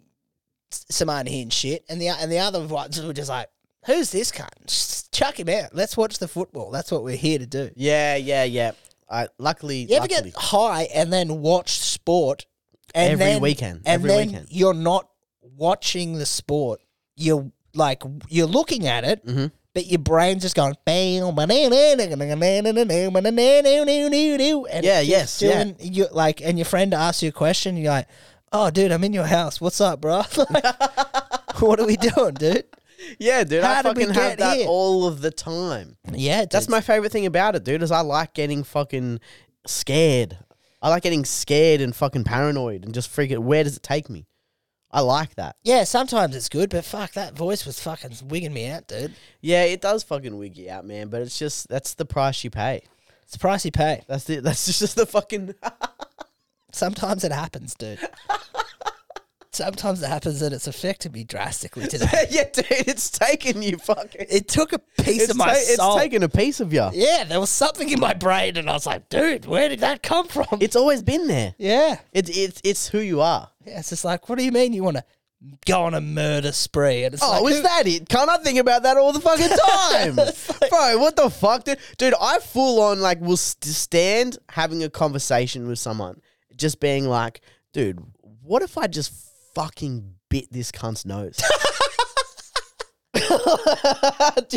S2: s- some unhinged shit, and the and the other ones were just like, "Who's this cunt? Just chuck him out. Let's watch the football. That's what we're here to do."
S3: Yeah, yeah, yeah. I luckily,
S2: You ever
S3: luckily-
S2: get high and then watch sport and
S3: Every
S2: then-
S3: weekend,
S2: and
S3: every
S2: then
S3: weekend.
S2: you're not watching the sport. You're like you're looking at it, but your brain's just going bang, and
S3: Yeah,
S2: it keeps
S3: yes, yeah.
S2: doing- You like, and your friend asks you a question, you're like, "Oh, dude, I'm in your house. What's up, bro? Like, what are we doing, dude?
S3: yeah, dude.
S2: How
S3: I
S2: did we
S3: fucking have
S2: get
S3: that
S2: here?
S3: all of the time.
S2: Yeah, dude.
S3: That's my favorite thing about it, dude. Is I like getting fucking scared. I like getting scared and fucking paranoid and just freaking. Where does it take me? I like that.
S2: yeah. Sometimes it's good, but fuck, that voice was fucking wigging me out, dude.
S3: Yeah, it does fucking wig you out, man. But it's just that's the price you pay.
S2: It's a price you pay.
S3: That's the that's just the fucking.
S2: Sometimes it happens, dude. sometimes it happens that it's affected me drastically today.
S3: yeah, dude, it's taken you fucking.
S2: it took a piece
S3: It's,
S2: of my
S3: ta- it's
S2: soul.
S3: taken a piece of you.
S2: yeah, there was something in my brain, and I was like, dude, where did that come from?
S3: It's always been there.
S2: yeah.
S3: It's it's it's who you are.
S2: yeah. It's just like, what do you mean you want to go on a murder spree? And it's
S3: Oh,
S2: like,
S3: is
S2: who-
S3: that it? Can't I think about that all the fucking time? Bro, what the fuck, dude? Dude, I full on like will st- stand having a conversation with someone, just being like, dude, what if I just fucking bit this cunt's nose? Do you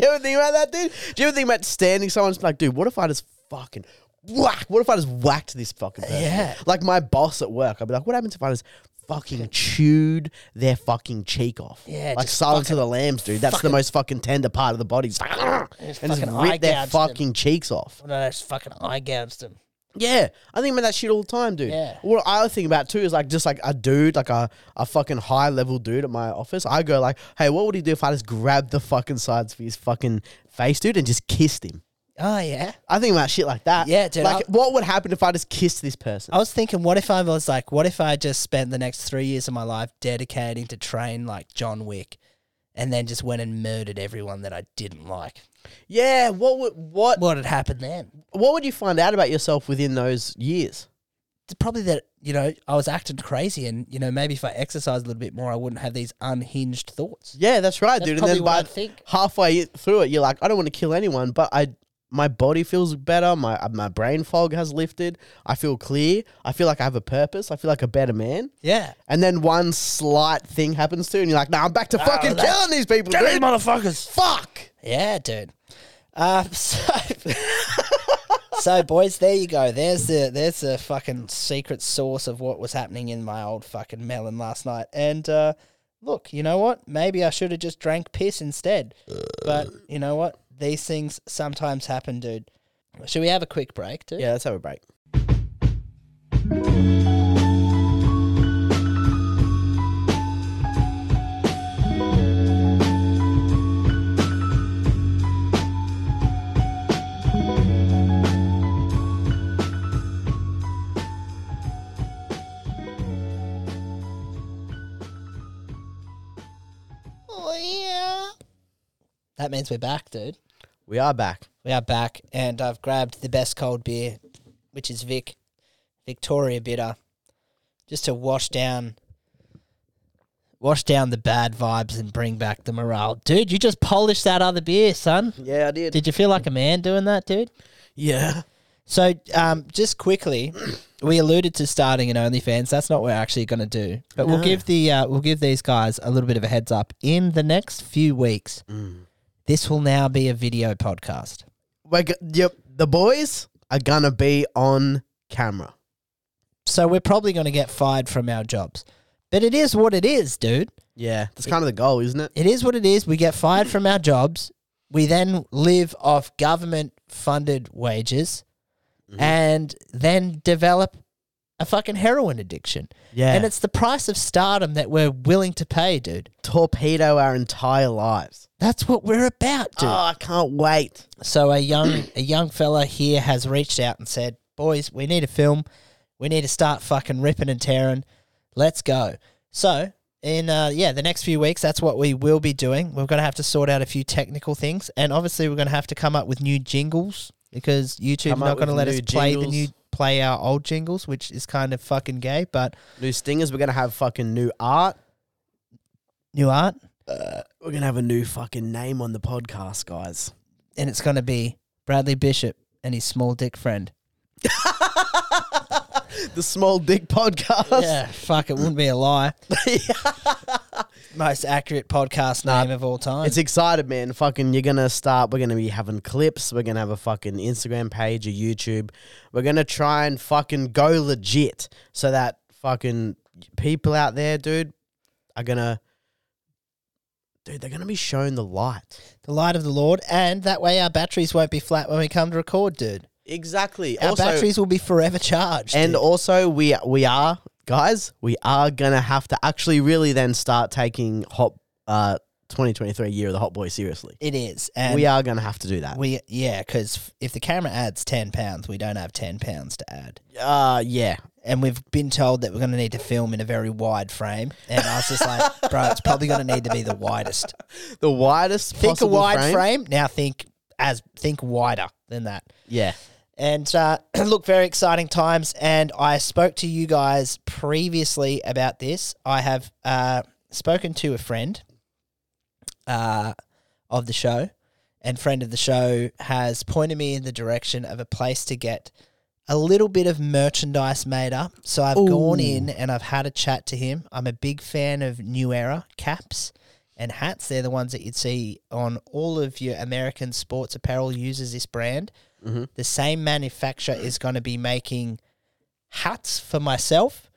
S3: ever think about that, dude? Do you ever think about standing someone's like, dude, what if I just fucking whack? What if I just whacked this fucking person?
S2: Yeah.
S3: Like my boss at work, I'd be like, what happens if I just fucking chewed their fucking cheek off?
S2: Yeah,
S3: Like
S2: just
S3: silence of the lambs, dude. That's the most fucking tender part of the body. It's like, "Argh,"
S2: Just
S3: and just
S2: fucking eye
S3: rip their
S2: gouged them.
S3: fucking cheeks off.
S2: Oh, No, that's fucking eye gouged him.
S3: Yeah. I think about that shit all the time, dude.
S2: Yeah.
S3: What I think about too is like just like a dude, like a, a fucking high level dude at my office. I go like, hey, what would he do if I just grabbed the fucking sides of his fucking face, dude, and just kissed him?
S2: Oh yeah.
S3: I think about shit like that.
S2: Yeah, dude,
S3: Like,
S2: I-
S3: what would happen if I just kissed this person?
S2: I was thinking, what if I was like, what if I just spent the next three years of my life dedicating to train like John Wick, and then just went and murdered everyone that I didn't like?
S3: yeah. What would what
S2: What had happened then?
S3: what would you find out about yourself within those years?
S2: It's Probably that you know I was acting crazy, and you know maybe if I exercised a little bit more, I wouldn't have these unhinged thoughts.
S3: Yeah, that's right,
S2: That's
S3: dude. And
S2: probably
S3: then
S2: what
S3: by
S2: I'd think.
S3: halfway through it, you're like, I don't want to kill anyone, but I, my body feels better. My uh, my brain fog has lifted. I feel clear. I feel like I have a purpose. I feel like a better man.
S2: Yeah,
S3: And then one slight thing happens to, you and you're like, Nah, I'm back to fucking
S2: that-
S3: killing these people,
S1: Get these
S3: dude.
S1: motherfuckers.
S3: Fuck.
S2: yeah, dude. Uh, so, so boys, there you go. There's the there's the fucking secret source of what was happening in my old fucking melon last night. And uh, look, you know what? Maybe I should have just drank piss instead. But you know what? These things sometimes happen, dude. Should we have a quick break, dude?
S3: Yeah, let's have a break.
S2: Oh yeah. That means we're back, dude.
S3: We are back.
S2: We are back, and I've grabbed the best cold beer, which is Vic, Victoria Bitter, just to wash down, wash down the bad vibes and bring back the morale. Dude, you just polished that other beer, son.
S3: Yeah, I did.
S2: Did you feel like a man doing that, dude?
S3: Yeah.
S2: So, um, just quickly, we alluded to starting an OnlyFans. That's not what we're actually going to do, but we'll give the uh, we'll give these guys a little bit of a heads up in the next few weeks. This will now be a video podcast.
S3: We're go- yep. The boys are gonna be on camera.
S2: so we're probably going to get fired from our jobs. But it is what it is, dude.
S3: Yeah, that's kind of the goal, isn't it?
S2: It is what it is. We get fired from our jobs. We then live off government funded wages and then develop a fucking heroin addiction.
S3: Yeah.
S2: And it's the price of stardom that we're willing to pay, dude.
S3: Torpedo our entire lives.
S2: That's what we're about, dude.
S3: Oh, I can't wait.
S2: So a young a young fella here has reached out and said, "Boys, we need a film. We need to start fucking ripping and tearing. Let's go." So in uh, yeah, the next few weeks, that's what we will be doing. We're gonna have to sort out a few technical things, and obviously, we're gonna have to come up with new jingles because YouTube's
S3: Come up
S2: not gonna
S3: with
S2: let us
S3: new
S2: play the
S3: jingles.
S2: new play our old jingles, which is kind of fucking gay, but
S3: New stingers. We're gonna have fucking new art.
S2: new art,
S3: We're gonna have a new fucking name on the podcast, guys.
S2: and it's gonna be Bradley Bishop and his small dick friend.
S3: The Small Dick Podcast.
S2: Yeah, fuck, it wouldn't be a lie. Most accurate podcast name of all time.
S3: It's excited, man. Fucking, you're gonna start. We're gonna be having clips. We're gonna have a fucking Instagram page, a YouTube. We're gonna try and fucking go legit, so that fucking people out there, dude, are gonna, dude, they're gonna be shown the light.
S2: the light of the Lord, and that way our batteries won't be flat when we come to record, dude.
S3: Exactly.
S2: Our batteries will be forever charged.
S3: And
S2: dude.
S3: also, we we are guys. We are gonna have to actually really then start taking hot uh 2023 year of the hot boy seriously.
S2: it is. And
S3: we are gonna have to do that.
S2: We yeah, because if the camera adds ten pounds, we don't have ten pounds to add.
S3: uh yeah,
S2: and we've been told that we're going to need to film in a very wide frame. And I was just like, bro, it's probably going to need to be the widest.
S3: The widest
S2: Think a
S3: possible
S2: wide
S3: frame.
S2: frame. Now think as think wider than that.
S3: Yeah.
S2: And uh, look, very exciting times. And I spoke to you guys previously about this. I have uh, spoken to a friend uh, of the show, and friend of the show has pointed me in the direction of a place to get a little bit of merchandise made up. So I've gone in and I've had a chat to him. I'm a big fan of New Era caps and hats. They're the ones that you'd see on all of your American sports apparel uses this brand. The same manufacturer is going to be making hats for myself.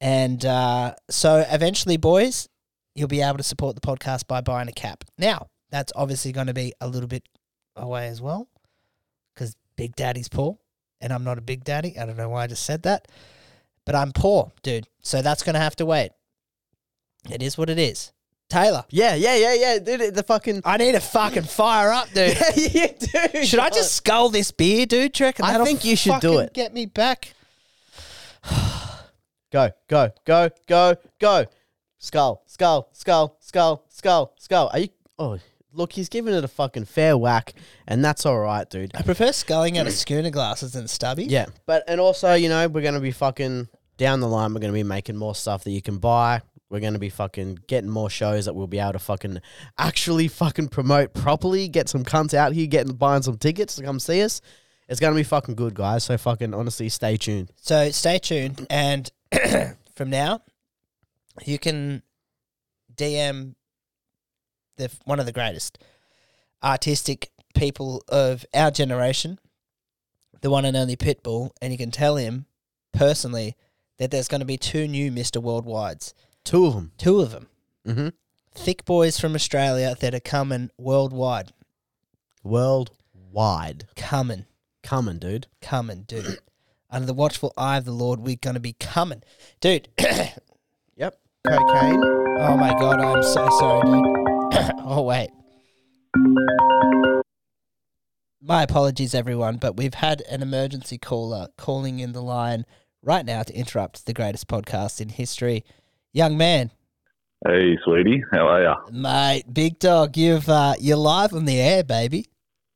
S2: And uh, so eventually, boys, you'll be able to support the podcast by buying a cap. Now, that's obviously going to be a little bit away as well because Big Daddy's poor and I'm not a big daddy. I don't know why I just said that, but I'm poor, dude. So that's going to have to wait. It is what it is. Taylor,
S3: Yeah, yeah, yeah, yeah. Dude, the fucking.
S2: I need to fucking fire up, dude.
S3: yeah, dude.
S2: Should I just scull this beer, dude? Do you reckon
S3: I
S2: that'll
S3: think you should do
S2: fucking
S3: it.
S2: Get me back.
S3: Go, go, go, go, go. Skull, skull, skull, skull, skull, skull. Are you? Oh, look, he's giving it a fucking fair whack, and that's all right, dude.
S2: I prefer sculling out of schooner glasses than stubby.
S3: Yeah, but and also, you know, we're gonna be fucking down the line. We're gonna be making more stuff that you can buy. We're gonna be fucking getting more shows that we'll be able to fucking actually fucking promote properly. Get some cunts out here, getting buying some tickets to come see us. It's gonna be fucking good, guys. So fucking honestly, stay tuned.
S2: So stay tuned, and from now, you can DM the one of the greatest artistic people of our generation, the one and only Pitbull, and you can tell him personally that there's going to be two new Mister Worldwides,
S3: Two of them.
S2: two of them,
S3: Mm-hmm.
S2: thick boys from Australia that are coming worldwide,
S3: Worldwide.
S2: coming.
S3: Coming, dude.
S2: coming, dude. Under the watchful eye of the Lord, we're going to be coming, dude.
S3: Yep. Cocaine.
S2: oh my God, I'm so sorry, dude. oh wait, my apologies, everyone, but we've had an emergency caller calling in the line right now to interrupt the greatest podcast in history. Young man,
S5: Hey, sweetie, how are ya?
S2: mate, big dog, you've uh, you're live on the air, baby.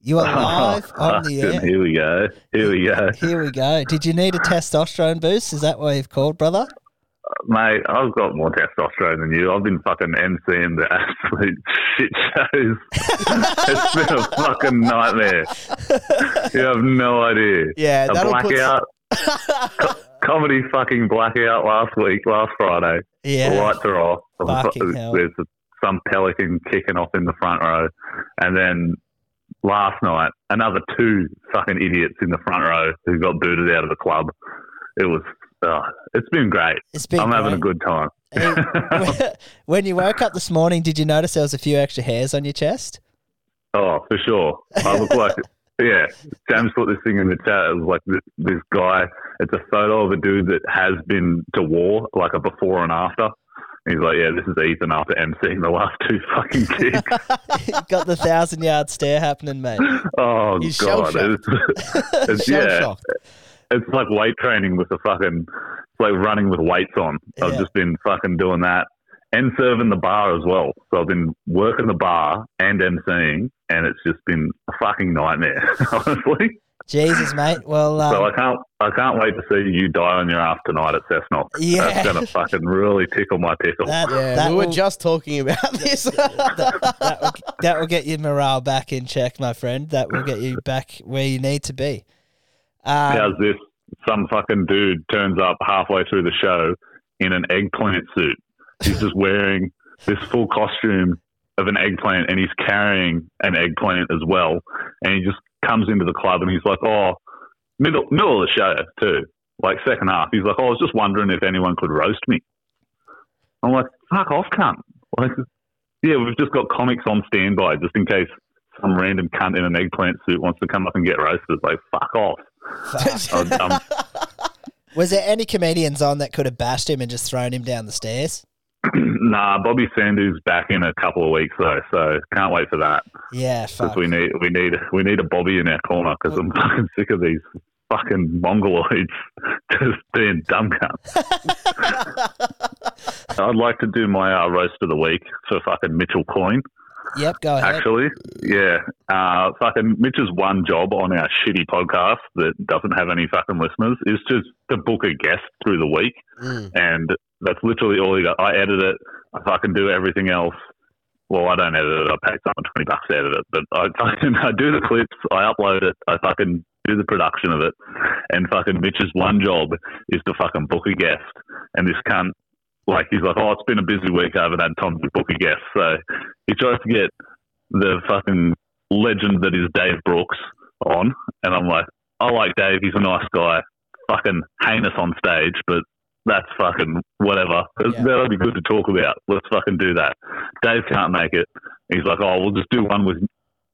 S2: You are live on the
S5: Oh, Fucking,
S2: air.
S5: Ah, Here we go. Here we go,
S2: Here we go. Did you need a testosterone boost? Is that why you've called, brother?
S5: mate. I've got more testosterone than you. I've been fucking emceeing the absolute shit shows. it's been a fucking nightmare. You have no idea.
S3: Yeah,
S5: a
S3: that'll put.
S5: blackout. Co- comedy fucking blackout last week, last Friday.
S2: Yeah.
S5: The lights are off.
S2: Fucking hell.
S5: There's some pelican kicking off in the front row, and then last night another two fucking idiots in the front row who got booted out of the club. It was. Uh, it's been great.
S2: It's been.
S5: I'm having a
S2: great.
S5: good time.
S2: Hey, when you woke up this morning, did you notice there was a few extra hairs on your chest?
S5: Oh, for sure. I look like, yeah. James put this thing in the chat. It was like this, this guy. It's a photo of a dude that has been to war, like a before and after. And he's like, yeah, this is Ethan after emceeing the last two fucking kicks.
S2: You Got the thousand yard stare happening, mate.
S5: oh
S3: He's
S5: god, it's, it's yeah,
S3: Shell-shocked.
S5: it's like weight training with a fucking, it's like running with weights on. I've
S2: Yeah.
S5: just been fucking doing that. And serving the bar as well. So I've been working the bar and emceeing, and it's just been a fucking nightmare, honestly.
S2: Jesus, mate. Well,
S5: So
S2: um,
S5: I can't, I can't wait to see you die on your ass tonight at Cessnock.
S2: Yeah.
S5: That's gonna fucking really tickle my pickle.
S2: that,
S3: Yeah,
S2: that,
S3: we were
S2: will,
S3: just talking about this.
S2: that, will, that will get your morale back in check, my friend. That will get you back where you need to be. Um,
S5: How's this? Some fucking dude turns up halfway through the show in an eggplant suit. He's just wearing this full costume of an eggplant, and he's carrying an eggplant as well. And he just comes into the club, and he's like, "Oh, middle middle of the show too, like second half." He's like, "Oh, I was just wondering if anyone could roast me." I'm like, "Fuck off, cunt!" Like, yeah, we've just got comics on standby just in case some random cunt in an eggplant suit wants to come up and get roasted. Like, fuck off. I'm, I'm
S2: was there any comedians on that could have bashed him and just thrown him down the stairs?
S5: Nah, Bobby Sandu's back in a couple of weeks though, so can't wait for that
S2: Yeah,
S5: because
S2: fuck.
S5: we need we need we need a Bobby in our corner because I'm fucking sick of these fucking mongoloids just being dumb cunts. I'd like to do my uh, roast of the week for fucking Mitchell Coyne,
S2: Yep, go ahead.
S5: actually. Yeah. Uh, fucking Mitch's one job on our shitty podcast that doesn't have any fucking listeners is just to book a guest through the week.
S3: Mm.
S5: And that's literally all he got. I edit it. I fucking do everything else. Well, I don't edit it. I pay someone 20 bucks to edit it. But I fucking I do the clips. I upload it. I fucking do the production of it. And fucking Mitch's one job is to fucking book a guest. And this cunt, like, he's like, oh, it's been a busy week. I haven't had time to book a guest. So he tries to get the fucking legend that is Dave Brooks on. And I'm like, I like Dave. He's a nice guy. Fucking heinous on stage, but that's fucking whatever.
S2: Yeah.
S5: That'll be good to talk about. Let's fucking do that. Dave can't make it. He's like, oh, we'll just do one with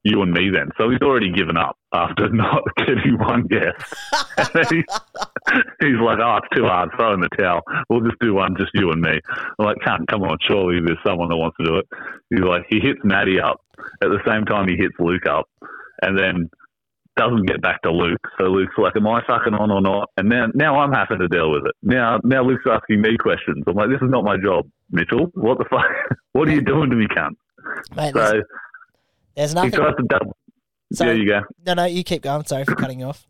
S5: you and me then. So he's already given up after not getting one guest. And then he's, he's like, oh, it's too hard. Throw in the towel. We'll just do one, just you and me. I'm like, can't, come on. Surely there's someone that wants to do it. He's like, he hits Natty up. At the same time, he hits Luke up. And then doesn't get back to Luke. So Luke's like, "Am I fucking on or not?" And now, now I'm having to deal with it. Now, now Luke's asking me questions. I'm like, "This is not my job, Mitchell. What the fuck? what are you doing to me, cunt?"
S2: Mate, there's,
S5: So
S2: there's
S5: he
S2: nothing.
S5: tries to double.
S2: Sorry.
S5: There you go.
S2: No, no, you keep going. Sorry for cutting you off.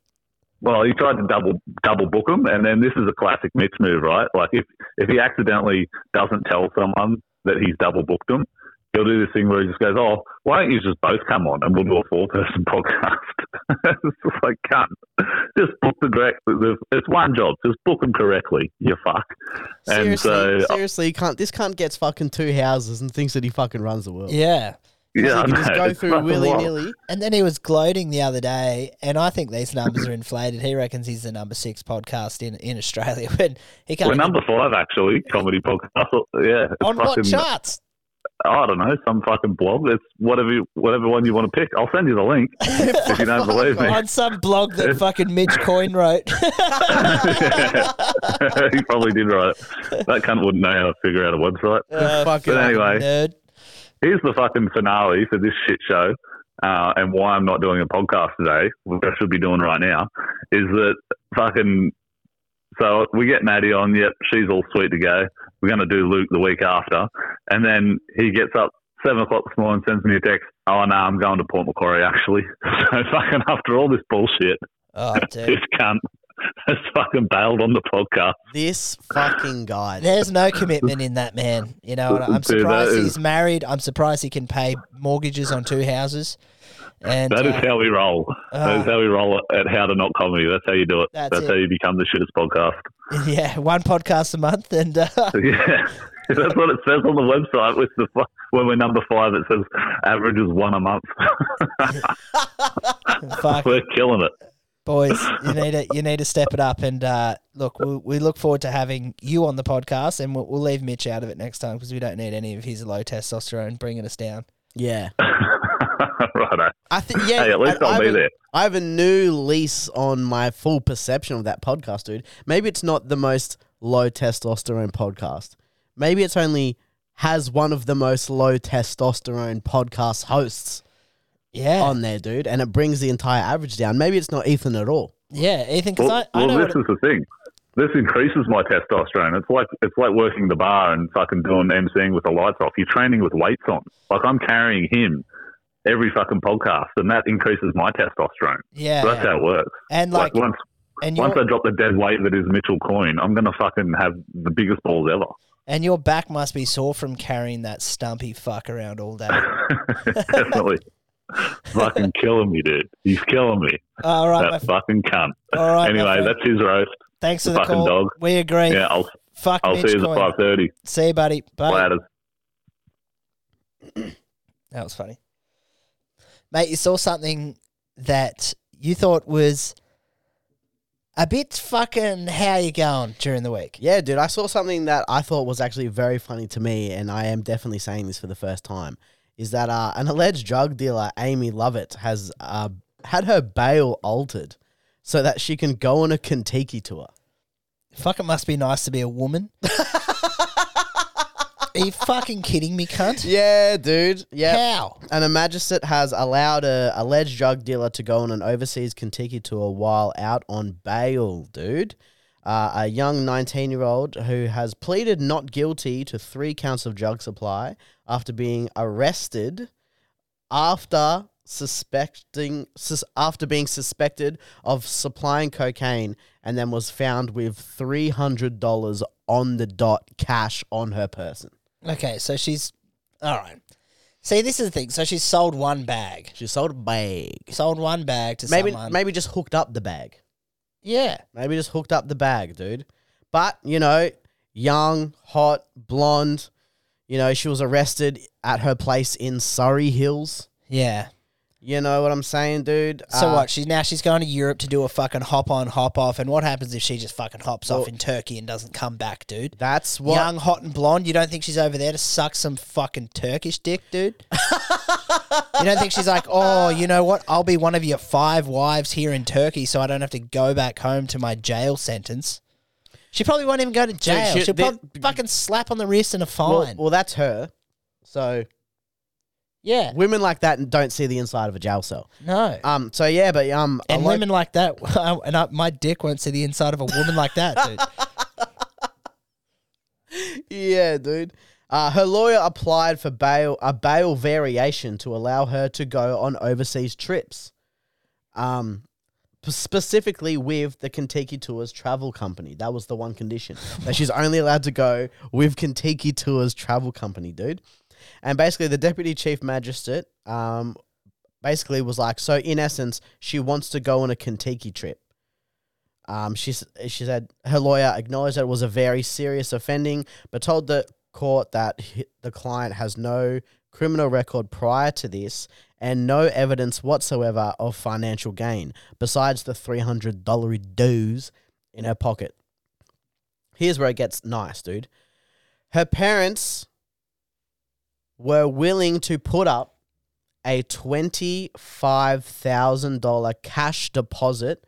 S5: Well, he tried to double double book him, and then this is a classic Mitch move, right? Like if if he accidentally doesn't tell someone that he's double booked them, he'll do this thing where he just goes, "Oh, why don't you just both come on and we'll do a four person podcast?" it's just like, cunt, just book the correct. The, it's one job, just book them correctly. You fuck.
S3: Seriously,
S5: And so, uh,
S3: seriously, you can't this cunt gets fucking two houses and thinks that he fucking runs the world.
S2: Yeah.
S5: yeah,
S3: he can
S5: I
S3: just
S5: know,
S3: go
S5: it's
S3: through
S5: fucking
S3: willy
S5: wild.
S3: nilly.
S2: And then he was gloating the other day, and I think these numbers are inflated. He reckons he's the number six podcast in, in Australia when he can't.
S5: We're
S2: even-
S5: number five actually, comedy podcast. Yeah, it's
S2: on what
S5: fucking-
S2: charts?
S5: I don't know, some fucking blog. It's whatever you- whatever one you want to pick. I'll send you the link if you don't believe me.
S2: On some blog that fucking Mitch Coyne wrote.
S5: he probably did write it. That cunt wouldn't know how to figure out a website.
S2: Uh,
S3: fucking
S5: But anyway,
S2: Nerd.
S5: here's the fucking finale for this shit show, uh, and why I'm not doing a podcast today, which I should be doing right now, is that fucking. So we get Maddie on. Yep, she's all sweet to go. We're going to do Luke the week after, and then he gets up seven o'clock this morning, sends me a text. Oh no, I'm going to Port Macquarie actually. So fucking after all this bullshit,
S2: Oh, dude.
S5: this cunt has fucking bailed on the podcast.
S3: This fucking guy.
S2: There's no commitment in that man. You know, and I'm
S5: Dude, that
S2: surprised
S5: is-
S2: he's married. I'm surprised he can pay mortgages on two houses. And
S5: That is
S2: uh,
S5: how we roll. that
S2: uh,
S5: is how we roll at How to Not Comedy. That's how you do it.
S2: That's
S5: That's,
S2: it.
S5: how you become the shittest podcast.
S2: yeah, one podcast a month, and uh,
S5: yeah. That's what it says on the website. With the fu- when we're number five, it says average is one a month.
S2: fuck,
S5: we're killing it.
S2: boys, you need to you need to step it up. And uh, look, we, we look forward to having you on the podcast, and we'll, we'll leave Mitch out of it next time because we don't need any of his low testosterone bringing us down.
S3: Yeah.
S5: Righto.
S3: I think yeah.
S5: Hey, at least
S3: and I
S5: I'll be
S3: have a-
S5: there.
S3: I have a new lease on my full perception of that podcast, dude. Maybe it's not the most low testosterone podcast. Maybe it's only has one of the most low testosterone podcast hosts
S2: Yeah,
S3: on there, dude, and it brings the entire average down. Maybe it's not Ethan at all.
S2: yeah, Ethan, because
S5: Well,
S2: I, I
S5: well,
S2: know what
S5: this is the thing. This increases my testosterone. It's like it's like working the bar and fucking doing emceeing with the lights off. You're training with weights on. Like I'm carrying him every fucking podcast, and that increases my testosterone.
S2: yeah,
S5: So that's how it works.
S2: and like,
S5: Like, once
S2: and
S5: once
S2: your
S5: I drop the dead weight that is Mitchell Coyne, I'm gonna fucking have the biggest balls ever.
S2: and your back must be sore from carrying that stumpy fuck around all day.
S5: Definitely. fucking killing me, dude. He's killing me.
S2: all right, my,
S5: that fucking cunt.
S2: all right. my
S5: anyway,
S2: friend.
S5: that's his roast.
S2: thanks for the
S5: fucking
S2: call.
S5: dog.
S2: We agree.
S5: Yeah, I'll
S2: Fuck
S5: I'll
S2: Mitch
S5: see you at
S2: Coyne.
S5: five thirty.
S2: See you, buddy. Bye.
S5: Later.
S2: That was funny. Mate, you saw something that you thought was a bit fucking how you going during the week.
S3: Yeah, dude, I saw something that I thought was actually very funny to me, and I am definitely saying this for the first time. Is that uh, an alleged drug dealer, Amy Lovett, has uh, had her bail altered so that she can go on a Kentucky tour?
S2: Fuck, it must be nice to be a woman. Are you fucking kidding me, cunt?
S3: Yeah, dude. Yeah.
S2: How?
S3: And a magistrate has allowed a alleged drug dealer to go on an overseas Kentucky tour while out on bail, dude. Uh, a young 19 year old who has pleaded not guilty to three counts of drug supply after being arrested after suspecting sus- after being suspected of supplying cocaine and then was found with $300 on the dot cash on her person.
S2: Okay, so she's all right. See, this is the thing. So she's sold one bag.
S3: She sold a bag.
S2: Sold one bag to
S3: maybe
S2: someone.
S3: maybe just hooked up the bag.
S2: yeah.
S3: Maybe just hooked up the bag, dude. But you know, young, hot, blonde. You know, she was arrested at her place in Surrey Hills.
S2: Yeah.
S3: You know what I'm saying, dude?
S2: So
S3: Uh,
S2: what? She's now she's going to Europe to do a fucking hop on, hop off. And what happens if she just fucking hops
S3: Well-
S2: off in Turkey and doesn't come back, dude?
S3: That's what.
S2: Young, hot, and blonde. You don't think she's over there to suck some fucking Turkish dick, dude? you don't think she's like, oh, you know what? I'll be one of your five wives here in Turkey, so I don't have to go back home to my jail sentence. She probably won't even go to jail.
S3: she-
S2: She'll
S3: the-
S2: prob- fucking slap on the wrist and a
S3: well,
S2: fine.
S3: well, that's her. So
S2: yeah,
S3: women like that don't see the inside of a jail cell.
S2: no.
S3: Um. So yeah, but um, I
S2: and
S3: like-
S2: women like that, and I, my dick won't see the inside of a woman like that, dude.
S3: Yeah, dude. Uh, her lawyer applied for bail a bail variation to allow her to go on overseas trips, um, p- specifically with the Kentucky Tours Travel Company. That was the one condition that she's only allowed to go with Kentucky Tours Travel Company, dude. And basically, the deputy chief magistrate um, basically was like, so in essence, she wants to go on a Kentucky trip. Um, she s- she said her lawyer acknowledged that it was a very serious offending, but told the court that hi- the client has no criminal record prior to this and no evidence whatsoever of financial gain besides the three hundred dollar dues in her pocket. Here's where it gets nice, dude. Her parents were willing to put up a $25,000 cash deposit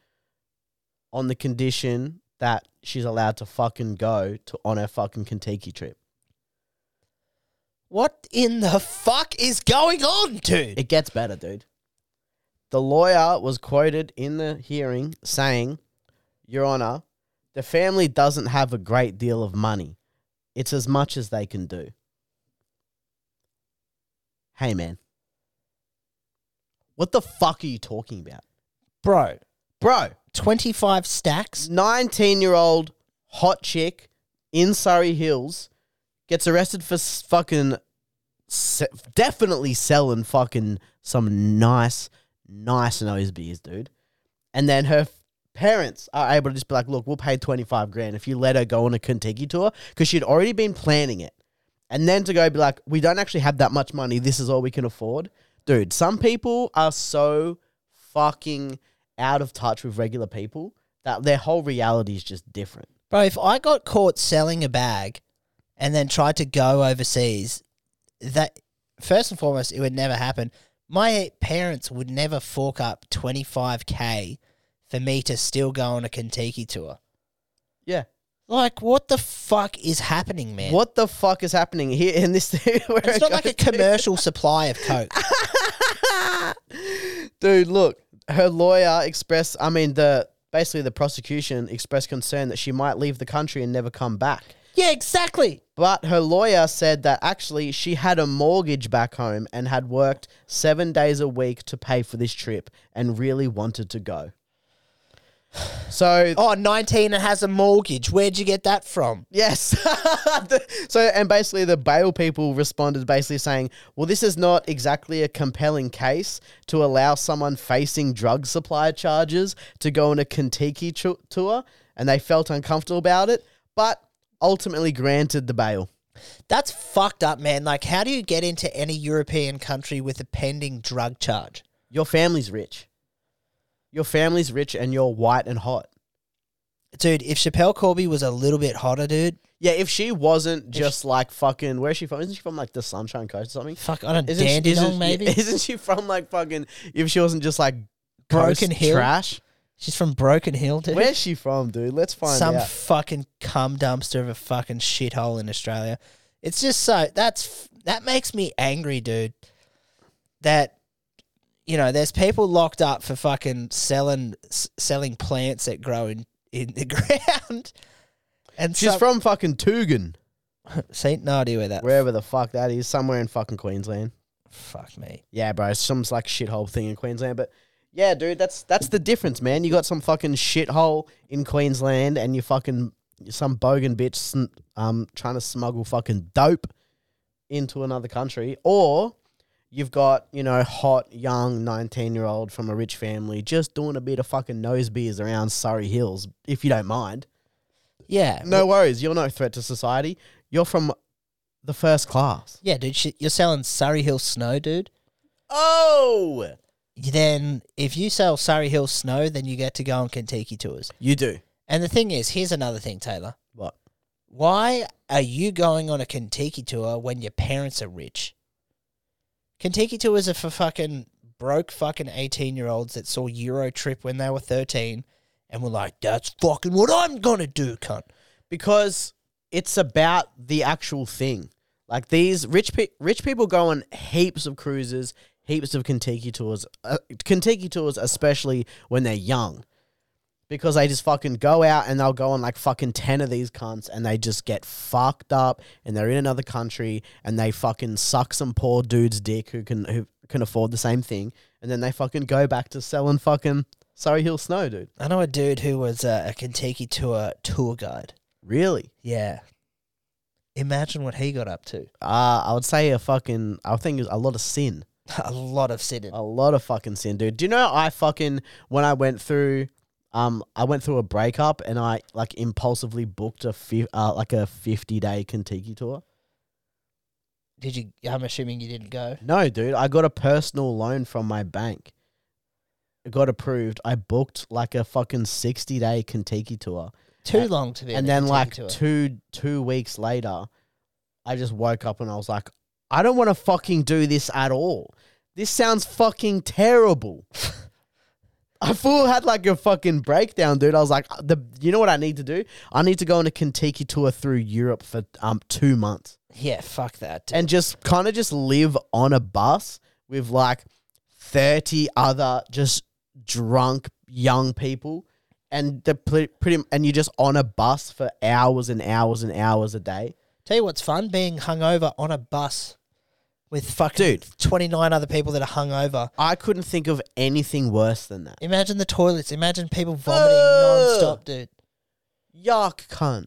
S3: on the condition that she's allowed to fucking go to on her fucking Kentucky trip.
S2: What in the fuck is going on, dude?
S3: It gets better, dude. The lawyer was quoted in the hearing saying, Your Honor, the family doesn't have a great deal of money. It's as much as they can do. Hey, man. What the fuck are you talking about?
S2: Bro,
S3: Bro,
S2: 25 stacks?
S3: 19 year old hot chick in Surrey Hills gets arrested for s- fucking se- definitely selling fucking some nice, nice nose beers, dude. And then her f- parents are able to just be like, look, we'll pay 25 grand if you let her go on a Kentucky tour because she'd already been planning it. And then to go be like, we don't actually have that much money. This is all we can afford. Dude, some people are so fucking out of touch with regular people that their whole reality is just different.
S2: Bro, if I got caught selling a bag and then tried to go overseas, that first and foremost, it would never happen. My parents would never fork up 25k for me to still go on a Kentucky tour.
S3: Yeah.
S2: Like, what the fuck is happening, man?
S3: What the fuck is happening here in this thing? where
S2: It's
S3: it
S2: not like a
S3: goes-
S2: commercial supply of coke.
S3: Dude, look, her lawyer expressed, I mean, the basically the prosecution expressed concern that she might leave the country and never come back.
S2: yeah, exactly.
S3: But her lawyer said that actually she had a mortgage back home and had worked seven days a week to pay for this trip and really wanted to go. So
S2: Oh, 19 and has a mortgage. Where'd you get that from?
S3: Yes. The- so, and basically, the bail people responded basically saying, well, this is not exactly a compelling case to allow someone facing drug supply charges to go on a Kentucky chu- tour. And they felt uncomfortable about it, but ultimately granted the bail.
S2: That's fucked up, man. Like, how do you get into any European country with a pending drug charge?
S3: Your family's rich. Your family's rich and you're white and hot.
S2: Dude, if Chappelle Corby was a little bit hotter, dude,
S3: Yeah, if she wasn't just like fucking, where's she from? Isn't she from like the Sunshine Coast or something?
S2: fuck, I don't
S3: Isn't she-
S2: Dandenong,
S3: isn't-
S2: maybe?
S3: yeah, Isn't she from like fucking? If she wasn't just like
S2: Broken
S3: coast
S2: Hill?
S3: trash.
S2: She's from Broken Hill, dude.
S3: Where's she from, dude? Let's find
S2: Some
S3: out.
S2: fucking cum dumpster of a fucking shithole in Australia. It's just so that's that makes me angry, dude. That you know, there's people locked up for fucking selling s- selling plants that grow in, in the ground. And
S3: She's
S2: some-
S3: from fucking Tugan,
S2: see, no idea where that.
S3: wherever the fuck that is, somewhere in fucking Queensland.
S2: Fuck me.
S3: Yeah, bro, it's some like shithole thing in Queensland, but yeah, dude, that's that's the difference, man. You got some fucking shithole in Queensland, and you fucking some bogan bitch sn- um trying to smuggle fucking dope into another country, or you've got you know hot young nineteen year old from a rich family just doing a bit of fucking nose beers around Surrey Hills, if you don't mind.
S2: Yeah.
S3: No worries, you're no threat to society. You're from the first class.
S2: Yeah, dude. Shit, you're selling Surrey Hill snow, dude.
S3: Oh,
S2: Then if you sell Surrey Hill snow, then you get to go on Kentucky tours.
S3: you do
S2: And the thing is, here's another thing, Taylor.
S3: what?
S2: Why are you going on a Kentucky tour when your parents are rich? Kentucky tours are for fucking broke fucking 18 year olds that saw Euro Trip when they were 13 and were like, that's fucking what I'm gonna do, cunt.
S3: because it's about the actual thing. Like these rich pe- rich people go on heaps of cruises, heaps of Kentucky tours, uh, Kentucky tours, especially when they're young, because they just fucking go out and they'll go on like fucking ten of these cunts and they just get fucked up and they're in another country and they fucking suck some poor dude's dick who can who can afford the same thing and then they fucking go back to selling fucking Surrey Hill Snow, dude.
S2: I know a dude who was uh, a Kentucky tour tour guide.
S3: Really?
S2: Yeah. Imagine what he got up to.
S3: Uh, I would say a fucking. I think it was a lot of sin.
S2: a lot of sitting.
S3: A lot of fucking sin, dude. Do you know I fucking when I went through, um, I went through a breakup and I like impulsively booked a fi- uh, like a fifty day Kentucky tour.
S2: Did you? I'm assuming you didn't go.
S3: No, dude, I got a personal loan from my bank. It got approved. I booked like a fucking sixty day Kentucky tour,
S2: Too
S3: Uh,
S2: long to be.
S3: and then like two two weeks later, I just woke up and I was like, I don't want to fucking do this at all. This sounds fucking terrible. I full had like a fucking breakdown, dude. I was like, the you know what I need to do? I need to go on a Kentucky tour through Europe for um two months
S2: yeah, fuck that. dude.
S3: and just kind of just live on a bus with like 30 other just drunk young people and the pl- pretty and you're just on a bus for hours and hours and hours a day
S2: Tell you what's fun being hungover on a bus with fucking
S3: Dude.
S2: 29 other people that are hungover.
S3: i couldn't think of anything worse than that
S2: Imagine the toilets. Imagine people vomiting
S3: Ugh.
S2: nonstop, dude.
S3: yuck cunt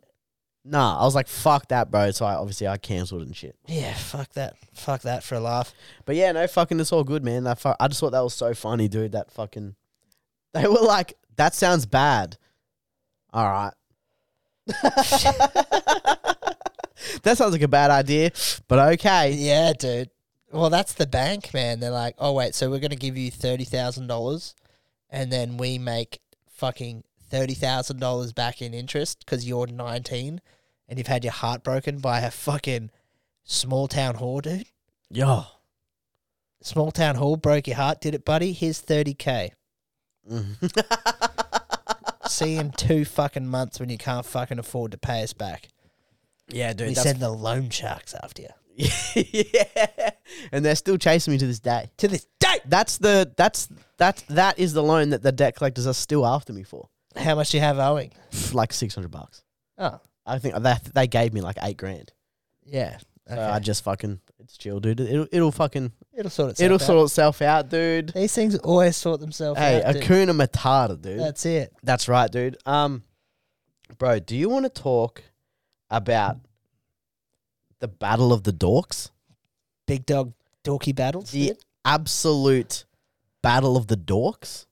S3: nah i was like fuck that bro so i obviously i cancelled and shit
S2: Yeah, fuck that. Fuck that for a laugh.
S3: But yeah, no, fucking, it's all good, man. That fu- I just thought that was so funny, dude. That fucking, they were like, that sounds bad. All right. that sounds like a bad idea, but okay.
S2: Yeah, dude. Well, that's the bank, man. They're like, oh wait, so we're gonna give you thirty thousand dollars, and then we make fucking thirty thousand dollars back in interest because you're nineteen and you've had your heart broken by a fucking small town whore, dude.
S3: Yo.
S2: Small town whore broke your heart, did it, buddy? Here's thirty k.
S3: Mm.
S2: See you in two fucking months when you can't fucking afford to pay us back.
S3: Yeah,
S2: we
S3: dude. That's,
S2: send the loan sharks after you
S3: yeah. And they're still chasing me to this day.
S2: to this day.
S3: That's the, that's, that's, that is the loan that the debt collectors are still after me for.
S2: How much do you have owing?
S3: Pff, Like 600 bucks.
S2: Oh,
S3: I think they, they gave me like eight grand.
S2: yeah.
S3: So
S2: Okay.
S3: I just fucking, it's chill, dude. It'll, it'll fucking,
S2: It'll sort itself
S3: It'll
S2: out.
S3: sort itself out, dude.
S2: These things always sort themselves
S3: Hey,
S2: out. dude.
S3: Akuna Matata, dude. That's,
S2: That's it.
S3: right, dude. Um, bro, do you want to talk about the Battle of the Dorks?
S2: Big dog dorky battles.
S3: The
S2: dude.
S3: absolute Battle of the Dorks?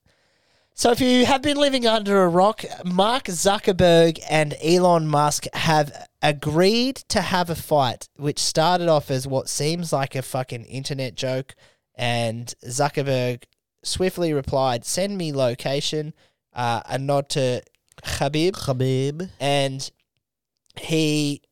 S2: So if you have been living under a rock, Mark Zuckerberg and Elon Musk have agreed to have a fight, which started off as what seems like a fucking internet joke. And Zuckerberg swiftly replied, "Send me location." Uh, a nod to Khabib.
S3: Khabib.
S2: and he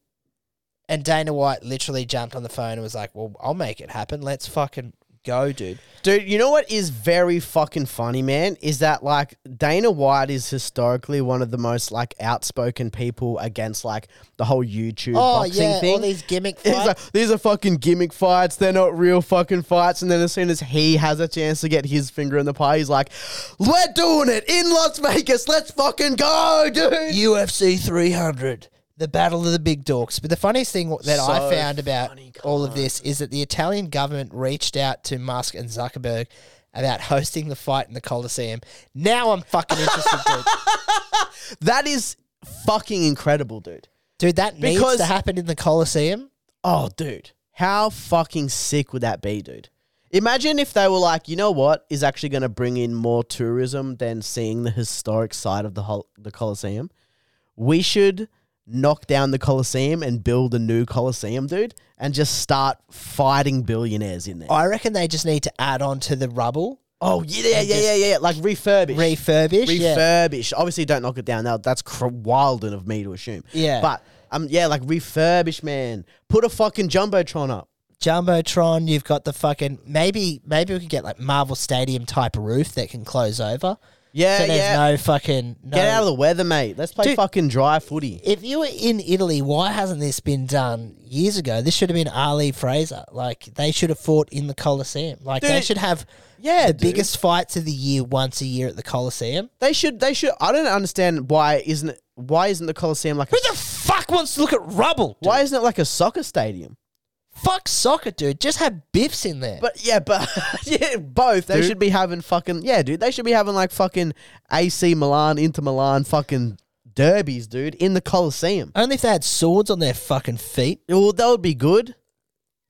S2: and Dana White literally jumped on the phone and was like, "Well, I'll make it happen. Let's fucking go, dude.
S3: Dude, you know what is very fucking funny, man? Is that like Dana White is historically one of the most like outspoken people against like the whole YouTube
S2: Oh
S3: boxing
S2: yeah,
S3: thing.
S2: all these gimmick
S3: He's
S2: fights.
S3: like, these are fucking gimmick fights. They're not real fucking fights. And then as soon as he has a chance to get his finger in the pie, he's like, "We're doing it in Las Vegas. Let's fucking go, dude."
S2: UFC 300, the battle of the big dorks. But the funniest thing that I found about all of this is that the Italian government reached out to Musk and Zuckerberg about hosting the fight in the Coliseum. Now I'm fucking interested, dude.
S3: That is fucking incredible, dude.
S2: Dude, that needs
S3: Because-
S2: to happen in the Coliseum.
S3: Oh, dude, how fucking sick would that be, dude? Imagine if they were like, you know what is actually going to bring in more tourism than seeing the historic side of the whole, the Colosseum. We should knock down the Colosseum and build a new Colosseum, dude, and just start fighting billionaires in there.
S2: I reckon they just need to add on to the rubble,
S3: Oh yeah, yeah, yeah, yeah, yeah. Like refurbish,
S2: refurbish. yeah.
S3: refurbish. Obviously, don't knock it down. Now that's cr- wilding of me to assume.
S2: Yeah.
S3: but um, yeah, like refurbish, man. Put a fucking jumbotron up.
S2: Jumbotron, you've got the fucking maybe maybe we could get like Marvel Stadium type roof that can close over.
S3: Yeah,
S2: so there's
S3: yeah.
S2: no fucking no,
S3: Get out of the weather, mate. Let's play
S2: Dude.
S3: fucking dry footy.
S2: if you were in Italy, why hasn't this been done years ago? This should have been Ali Fraser. Like they should have fought in the Coliseum. Like they
S3: Dude,
S2: should have
S3: yeah,
S2: the
S3: dude.
S2: biggest fights of the year once a year at the Coliseum.
S3: They should. They should. I don't understand why isn't it, why isn't the Coliseum like a,
S2: Who the fuck wants to look at rubble? dude?
S3: why isn't it like a soccer stadium?
S2: fuck soccer, dude? Just have biffs in there.
S3: But yeah, but yeah, both. They should be having fucking yeah, dude. They should be having like fucking AC Milan, Inter Milan, fucking derbies, dude, in the Coliseum.
S2: Only if they had swords on their fucking feet.
S3: Well, that would be good.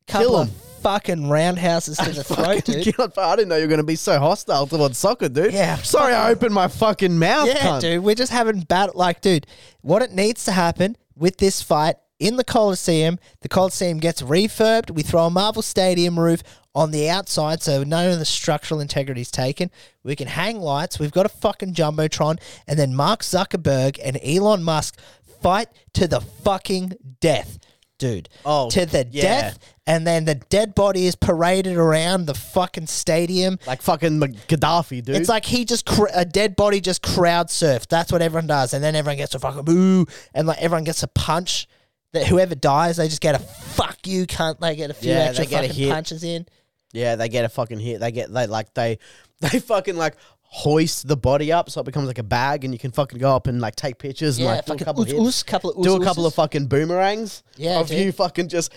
S2: Couple
S3: Kill
S2: of
S3: 'em.
S2: fucking roundhouses to the throat,
S3: Fucking
S2: dude.
S3: God, I didn't know you were going to be so hostile towards soccer, dude.
S2: Yeah,
S3: Sorry, I opened my fucking mouth,
S2: Yeah,
S3: cunt.
S2: dude, we're just having battle. Like, dude, what it needs to happen with this fight in the Coliseum, the Coliseum gets refurbed. We throw a Marvel Stadium roof on the outside, so none of the structural integrity is taken. We can hang lights. We've got a fucking jumbotron, and then Mark Zuckerberg and Elon Musk fight to the fucking death, dude.
S3: Oh,
S2: to the
S3: yeah.
S2: death. And then the dead body is paraded around the fucking stadium.
S3: Like fucking Mc- Gaddafi, dude.
S2: It's like he just cr- a dead body just crowd surfed. That's what everyone does, and then everyone gets a fucking boo, and like everyone gets a punch. That whoever dies, they just get a fuck you cunt. They get a few
S3: Yeah,
S2: extra
S3: they get a
S2: fucking
S3: hit.
S2: punches in.
S3: Yeah, they get a fucking hit. They get they like they they fucking like hoist the body up so it becomes like a bag and you can fucking go up and like take pictures and
S2: Yeah,
S3: like do a
S2: fucking
S3: couple of
S2: oos-
S3: hits.
S2: oos, couple of
S3: do
S2: oos-
S3: a couple
S2: ooses.
S3: of fucking boomerangs
S2: Yeah,
S3: of
S2: dude.
S3: you fucking just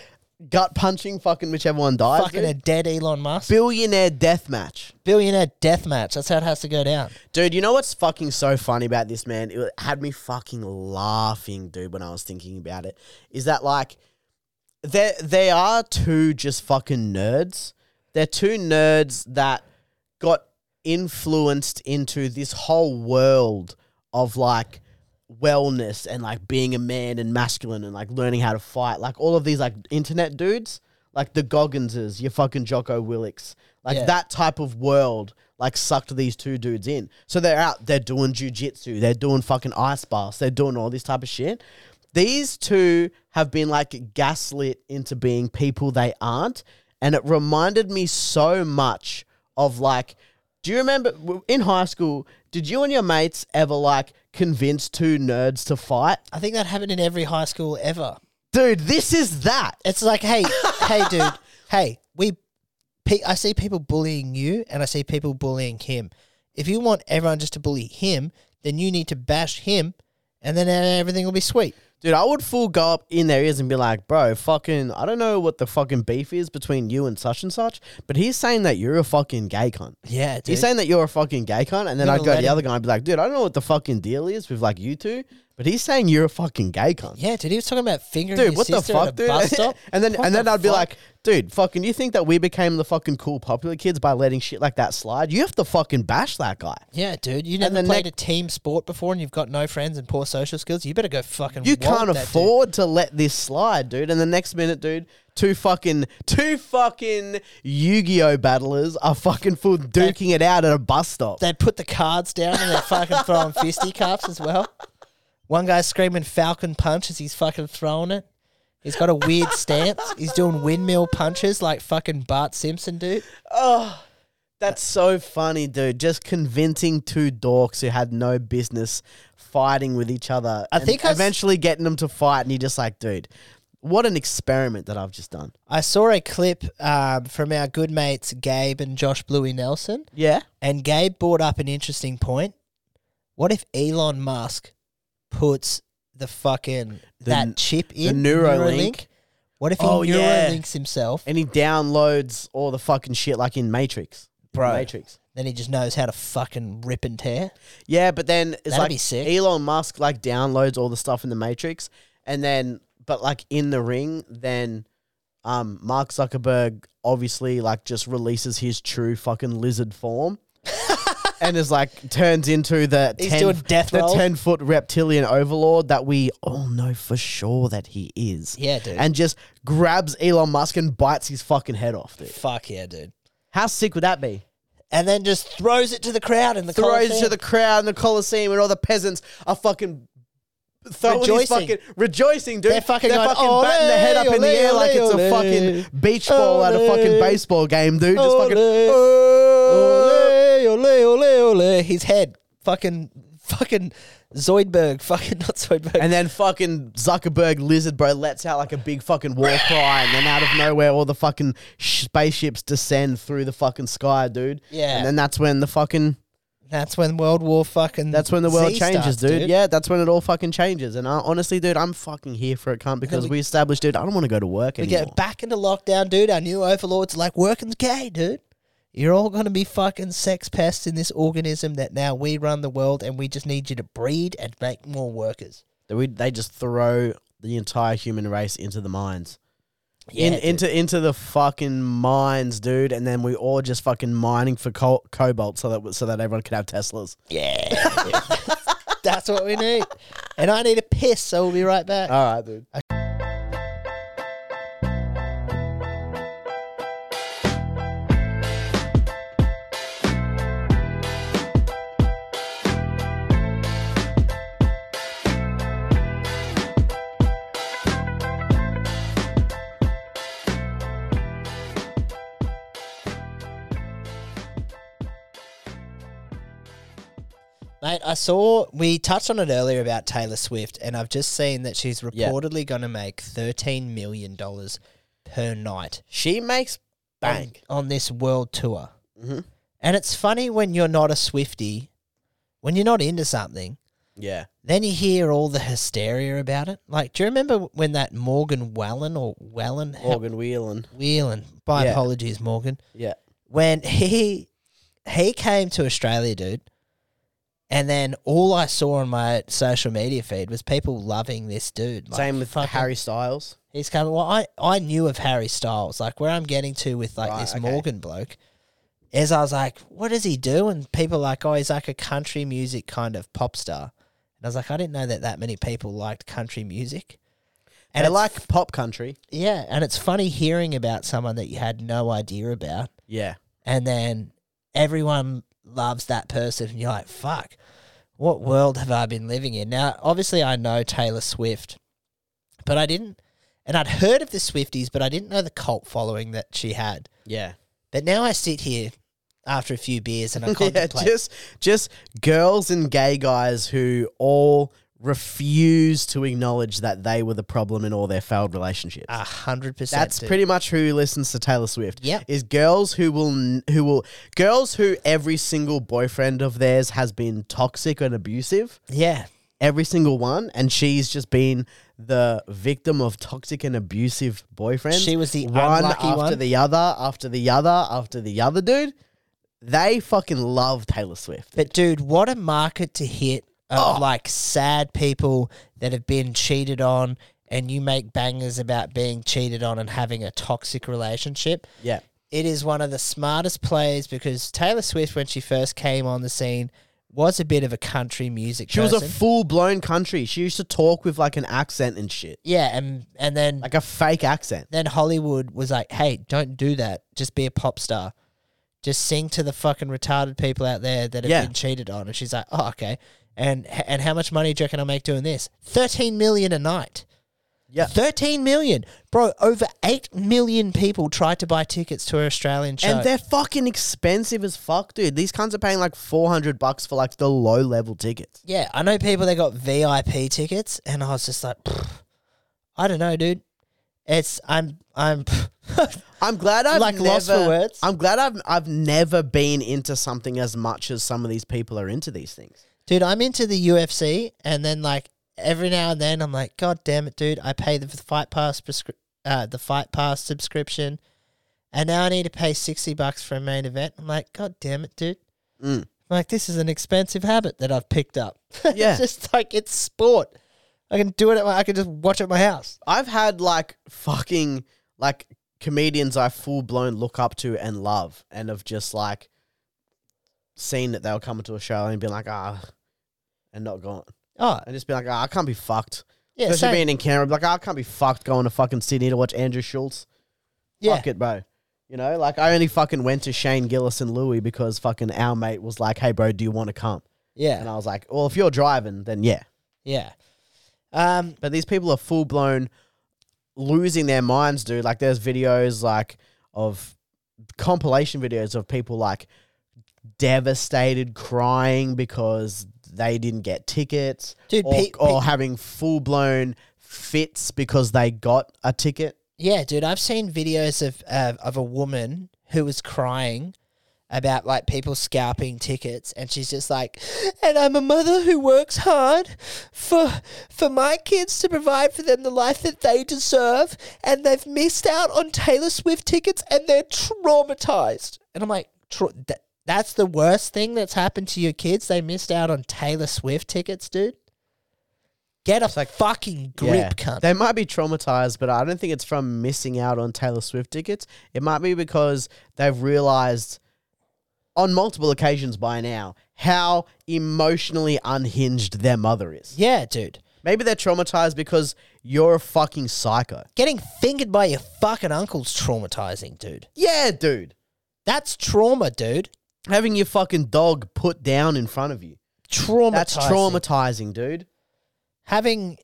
S3: gut punching fucking whichever one dies.
S2: fucking
S3: dude.
S2: a dead Elon Musk
S3: billionaire death match.
S2: billionaire death match. That's how it has to go down.
S3: Dude, you know what's fucking so funny about this, man? It had me fucking laughing, dude, when I was thinking about it. Is that like they they are two just fucking nerds. They're two nerds that got influenced into this whole world of like wellness and like being a man and masculine and like learning how to fight. Like all of these like internet dudes, like the Gogginses, your fucking Jocko Willicks, like
S2: Yeah.
S3: that type of world. Like sucked these two dudes in, so they're out. They're doing jujitsu. They're doing fucking ice baths. They're doing all this type of shit. These two have been like gaslit into being people they aren't, and it reminded me so much of like do you remember w- in high school? Did you and your mates ever like convince two nerds to fight?
S2: I think that happened in every high school ever.
S3: Dude, this is that.
S2: It's like, hey, hey, dude, hey, we. Pe- I see people bullying you, and I see people bullying him. If you want everyone just to bully him, then you need to bash him, and then everything will be sweet.
S3: Dude, I would full go up in their ears and be like, bro, fucking, I don't know what the fucking beef is between you and such and such, but he's saying that you're a fucking gay cunt.
S2: Yeah, dude.
S3: He's saying that you're a fucking gay cunt, and then
S2: Never
S3: I'd go
S2: let
S3: to the
S2: him-
S3: other guy and be like, dude, I don't know what the fucking deal is with like you two, but he's saying you're a fucking gay cunt.
S2: yeah, dude. He was talking about fingering
S3: dude,
S2: his
S3: what the
S2: sister at
S3: fuck,
S2: a
S3: dude?
S2: bus stop.
S3: and then
S2: What
S3: and then
S2: the
S3: I'd be
S2: fuck?
S3: like, dude, fucking, you think that we became the fucking cool popular kids by letting shit like that slide? You have to fucking bash that guy.
S2: yeah, dude. You never
S3: the
S2: played
S3: next-
S2: a team sport before, and you've got no friends and poor social skills. You better go fucking.
S3: You
S2: wallop
S3: can't
S2: that dude.
S3: afford to let this slide, dude. And the next minute, dude, two fucking two fucking Yu-Gi-Oh battlers are fucking full duking it out at a bus stop.
S2: They put the cards down and they're fucking throwing fisticuffs as well. One guy's screaming Falcon Punch as he's fucking throwing it. He's got a weird stance. He's doing windmill punches like fucking Bart Simpson, dude.
S3: Oh, that's so funny, dude. Just convincing two dorks who had no business fighting with each other.
S2: I
S3: and
S2: think I s-
S3: eventually getting them to fight, and you're just like, dude, what an experiment that I've just done.
S2: I saw a clip um, from our good mates Gabe and Josh Bluey Nelson,
S3: Yeah.
S2: and Gabe brought up an interesting point. What if Elon Musk puts the fucking
S3: n-
S2: that chip
S3: the
S2: in
S3: Neuralink?
S2: What if he
S3: Oh, yeah.
S2: Neuralinks himself?
S3: And he downloads all the fucking shit like in Matrix.
S2: Bro.
S3: Matrix.
S2: Then he just knows how to fucking rip and tear.
S3: Yeah, but then it's
S2: That'd
S3: like
S2: be sick.
S3: Elon Musk like downloads all the stuff in the Matrix, and then but like in the ring, then um Mark Zuckerberg obviously like just releases his true fucking lizard form. and is like turns into the
S2: He's
S3: 10,
S2: doing death
S3: the
S2: roll.
S3: ten foot reptilian overlord that we all know for sure that he is.
S2: Yeah, dude.
S3: And just grabs Elon Musk and bites his fucking head off, dude.
S2: Fuck yeah, dude.
S3: How sick would that be?
S2: And then just throws it to the crowd and the
S3: throws
S2: Colosseum.
S3: to the crowd in the Colosseum, and all the peasants are fucking throwing rejoicing.
S2: Rejoicing.
S3: fucking rejoicing, dude.
S2: They're fucking going,
S3: batting their head up
S2: "Ole,
S3: in the air
S2: ole,
S3: like it's a
S2: ole.
S3: fucking beach ball at a
S2: Ole.
S3: fucking baseball game, dude. Just fucking
S2: Ole. Ole, ole, ole, ole. His head. Fucking, fucking Zoidberg. Fucking not Zoidberg.
S3: And then fucking Zuckerberg lizard bro lets out like a big fucking war cry, and then out of nowhere, all the fucking sh- spaceships descend through the fucking sky, dude.
S2: Yeah.
S3: And then that's when the fucking
S2: that's when World War fucking.
S3: That's when the world
S2: Z
S3: changes,
S2: starts,
S3: dude. Yeah, that's when it all fucking changes. And I, honestly, dude, I'm fucking here for it, cunt, because we,
S2: we-
S3: established, dude, I don't want to go to work
S2: We
S3: anymore.
S2: get back into lockdown, dude. Our new overlords are like working's gay, dude. You're all gonna be fucking sex pests in this organism that now we run the world, and we just need you to breed and make more workers.
S3: They- we, they just throw the entire human race into the mines. in,
S2: dude.
S3: into into the fucking mines, dude, and then we all just fucking mining for co- cobalt so that so that everyone can have Teslas.
S2: yeah. dude. That's what we need. And I need a piss, so we'll be right back.
S3: All right, dude.
S2: Mate, I saw we touched on it earlier about Taylor Swift, and I've just seen that she's
S3: Yeah.
S2: reportedly going to make thirteen million dollars per night
S3: She makes bank.
S2: on, on this world tour.
S3: Mhm.
S2: And it's funny when you're not a Swifty, when you're not into something,
S3: Yeah.
S2: then you hear all the hysteria about it. Like, do you remember when that Morgan Wallen or Wallen
S3: Morgan Whelan.
S2: Whelan? My
S3: Yeah.
S2: apologies, Morgan
S3: Yeah.
S2: when he he came to Australia, dude, and then all I saw on my social media feed was people loving this dude. Like,
S3: Same with
S2: fucking-
S3: Harry Styles.
S2: He's coming. Well, I I knew of Harry Styles. Like where I'm getting to with like
S3: Right,
S2: this
S3: okay.
S2: Morgan bloke is I was like, what does he do? And people are like, oh, he's like a country music kind of pop star. And I was like, I didn't know that that many people liked country music.
S3: And I
S2: it's-
S3: like pop country.
S2: yeah, and it's funny hearing about someone that you had no idea about
S3: Yeah.
S2: and then everyone loves that person and you're like fuck what world have i been living in now obviously i know taylor swift but i didn't and i'd heard of the swifties but i didn't know the cult following that she had
S3: Yeah.
S2: but now i sit here after a few beers and i contemplate
S3: just just girls and gay guys who all refuse to acknowledge that they were the problem in all their failed relationships.
S2: a hundred percent
S3: That's
S2: dude.
S3: pretty much who listens to Taylor Swift.
S2: Yep.
S3: is girls who will n- who will girls who every single boyfriend of theirs has been toxic and abusive,
S2: yeah
S3: every single one, and she's just been the victim of toxic and abusive boyfriends.
S2: She was the
S3: one
S2: unlucky
S3: after
S2: one.
S3: the other, after the other, after the other, dude. They fucking love Taylor Swift.
S2: But dude, what a market to hit
S3: Oh.
S2: of like sad people that have been cheated on and you make bangers about being cheated on and having a toxic relationship.
S3: Yeah.
S2: It is one of the smartest plays because Taylor Swift when she first came on the scene was a bit of a country music
S3: She was a
S2: person.
S3: full blown country. She used to talk with like an accent and shit,
S2: yeah, and and then
S3: like a fake accent.
S2: then Hollywood was like, "Hey, don't do that. Just be a pop star. Just sing to the fucking retarded people out there that have
S3: Yeah.
S2: been cheated on." And she's like, "Oh, okay." And and how much money do you reckon I make doing this? Thirteen million a night.
S3: Yeah.
S2: 13 million. Bro, over 8 million people tried to buy tickets to her Australian show.
S3: And they're fucking expensive as fuck, dude. These cons are paying like 400 bucks for like the low level tickets.
S2: yeah, I know people that got VIP tickets, and I was just like, "Pfft, I don't know, dude. It's, I'm, I'm,
S3: I'm glad I've
S2: Like,
S3: never,
S2: lost for words?
S3: I'm glad I've I've never been into something as much as some of these people are into these things.
S2: dude, I'm into the UFC, and then like every now and then I'm like, God damn it, dude, I pay the fight pass prescri- uh, the fight pass subscription, and now I need to pay sixty bucks for a main event. I'm like, God damn it, dude.
S3: Mm.
S2: Like this is an expensive habit that I've picked up.
S3: Yeah.
S2: it's just like it's sport. I can do it at my. I can just watch at my house.
S3: I've had like fucking like comedians I full blown look up to and love, and have just like seen that they were coming to Australia and been like ah, and not gone,
S2: Oh
S3: and just been like ah, I can't be fucked.
S2: yeah,
S3: Especially
S2: same.
S3: being in Canberra, be like ah, I can't be fucked going to fucking Sydney to watch Andrew Schultz.
S2: yeah.
S3: Fuck it, bro. You know, like I only fucking went to Shane Gillis and Louis because fucking our mate was like, "Hey, bro, do you want to come?" And
S2: yeah,
S3: I was like, "Well, if you're driving, then yeah."
S2: yeah, Um,
S3: But these people are full blown losing their minds, dude. Like there's videos like of compilation videos of people like devastated crying because they didn't get tickets
S2: Dude,
S3: or,
S2: pe-
S3: or
S2: pe-
S3: having full blown fits because they got a ticket.
S2: yeah, dude. I've seen videos of uh, of a woman who was crying about like people scalping tickets, and she's just like, "And I'm a mother who works hard for for my kids to provide for them the life that they deserve, and they've missed out on Taylor Swift tickets, and they're traumatized." And I'm like, Tra- that, "That's the worst thing that's happened to your kids. They missed out on Taylor Swift tickets, dude." Get a fucking grip, cunt.
S3: They might be traumatized, but I don't think it's from missing out on Taylor Swift tickets. It might be because they've realized on multiple occasions by now how emotionally unhinged their mother is.
S2: yeah, dude.
S3: Maybe they're traumatized because you're a fucking psycho.
S2: Getting fingered by your fucking uncle's traumatizing, dude.
S3: Yeah, dude.
S2: That's trauma, dude.
S3: Having your fucking dog put down in front of you.
S2: Traumatizing.
S3: That's traumatizing, dude.
S2: Having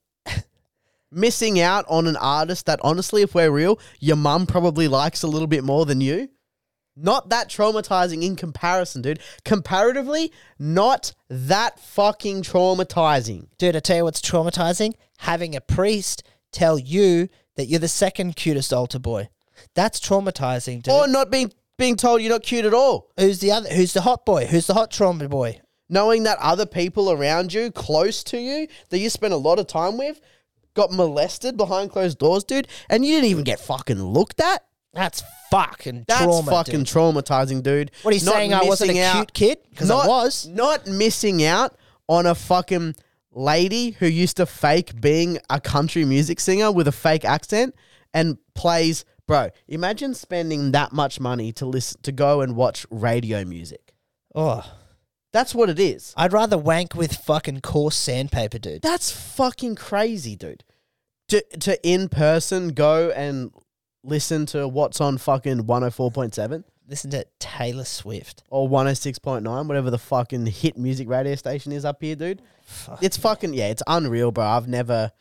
S3: Missing out on an artist that honestly, if we're real, your mum probably likes a little bit more than you. Not that traumatizing in comparison, dude. Comparatively, not that fucking traumatizing.
S2: dude, I tell you what's traumatizing. Having a priest tell you that you're the second cutest altar boy. That's traumatizing, dude.
S3: Or not being being told you're not cute at all.
S2: who's the other who's the hot boy? Who's the hot trauma boy?
S3: Knowing that other people around you, close to you, that you spend a lot of time with, got molested behind closed doors, dude, and you didn't even get fucking looked at.
S2: That's fucking
S3: That's
S2: trauma.
S3: fucking
S2: dude.
S3: traumatizing, dude.
S2: What are you
S3: Not
S2: saying? I wasn't a
S3: missing out-
S2: cute kid? Because I
S3: not-
S2: was.
S3: Not missing out on a fucking lady who used to fake being a country music singer with a fake accent and plays. Bro, imagine spending that much money to listen to go and watch radio music.
S2: Oh.
S3: That's what it is.
S2: I'd rather wank with fucking coarse sandpaper, dude.
S3: That's fucking crazy, dude. To to in person go and listen to what's on fucking one hundred four point seven.
S2: Listen to Taylor Swift.
S3: or 106.9, whatever the fucking hit music radio station is up here, dude. It's fucking, yeah, it's unreal, bro. I've never,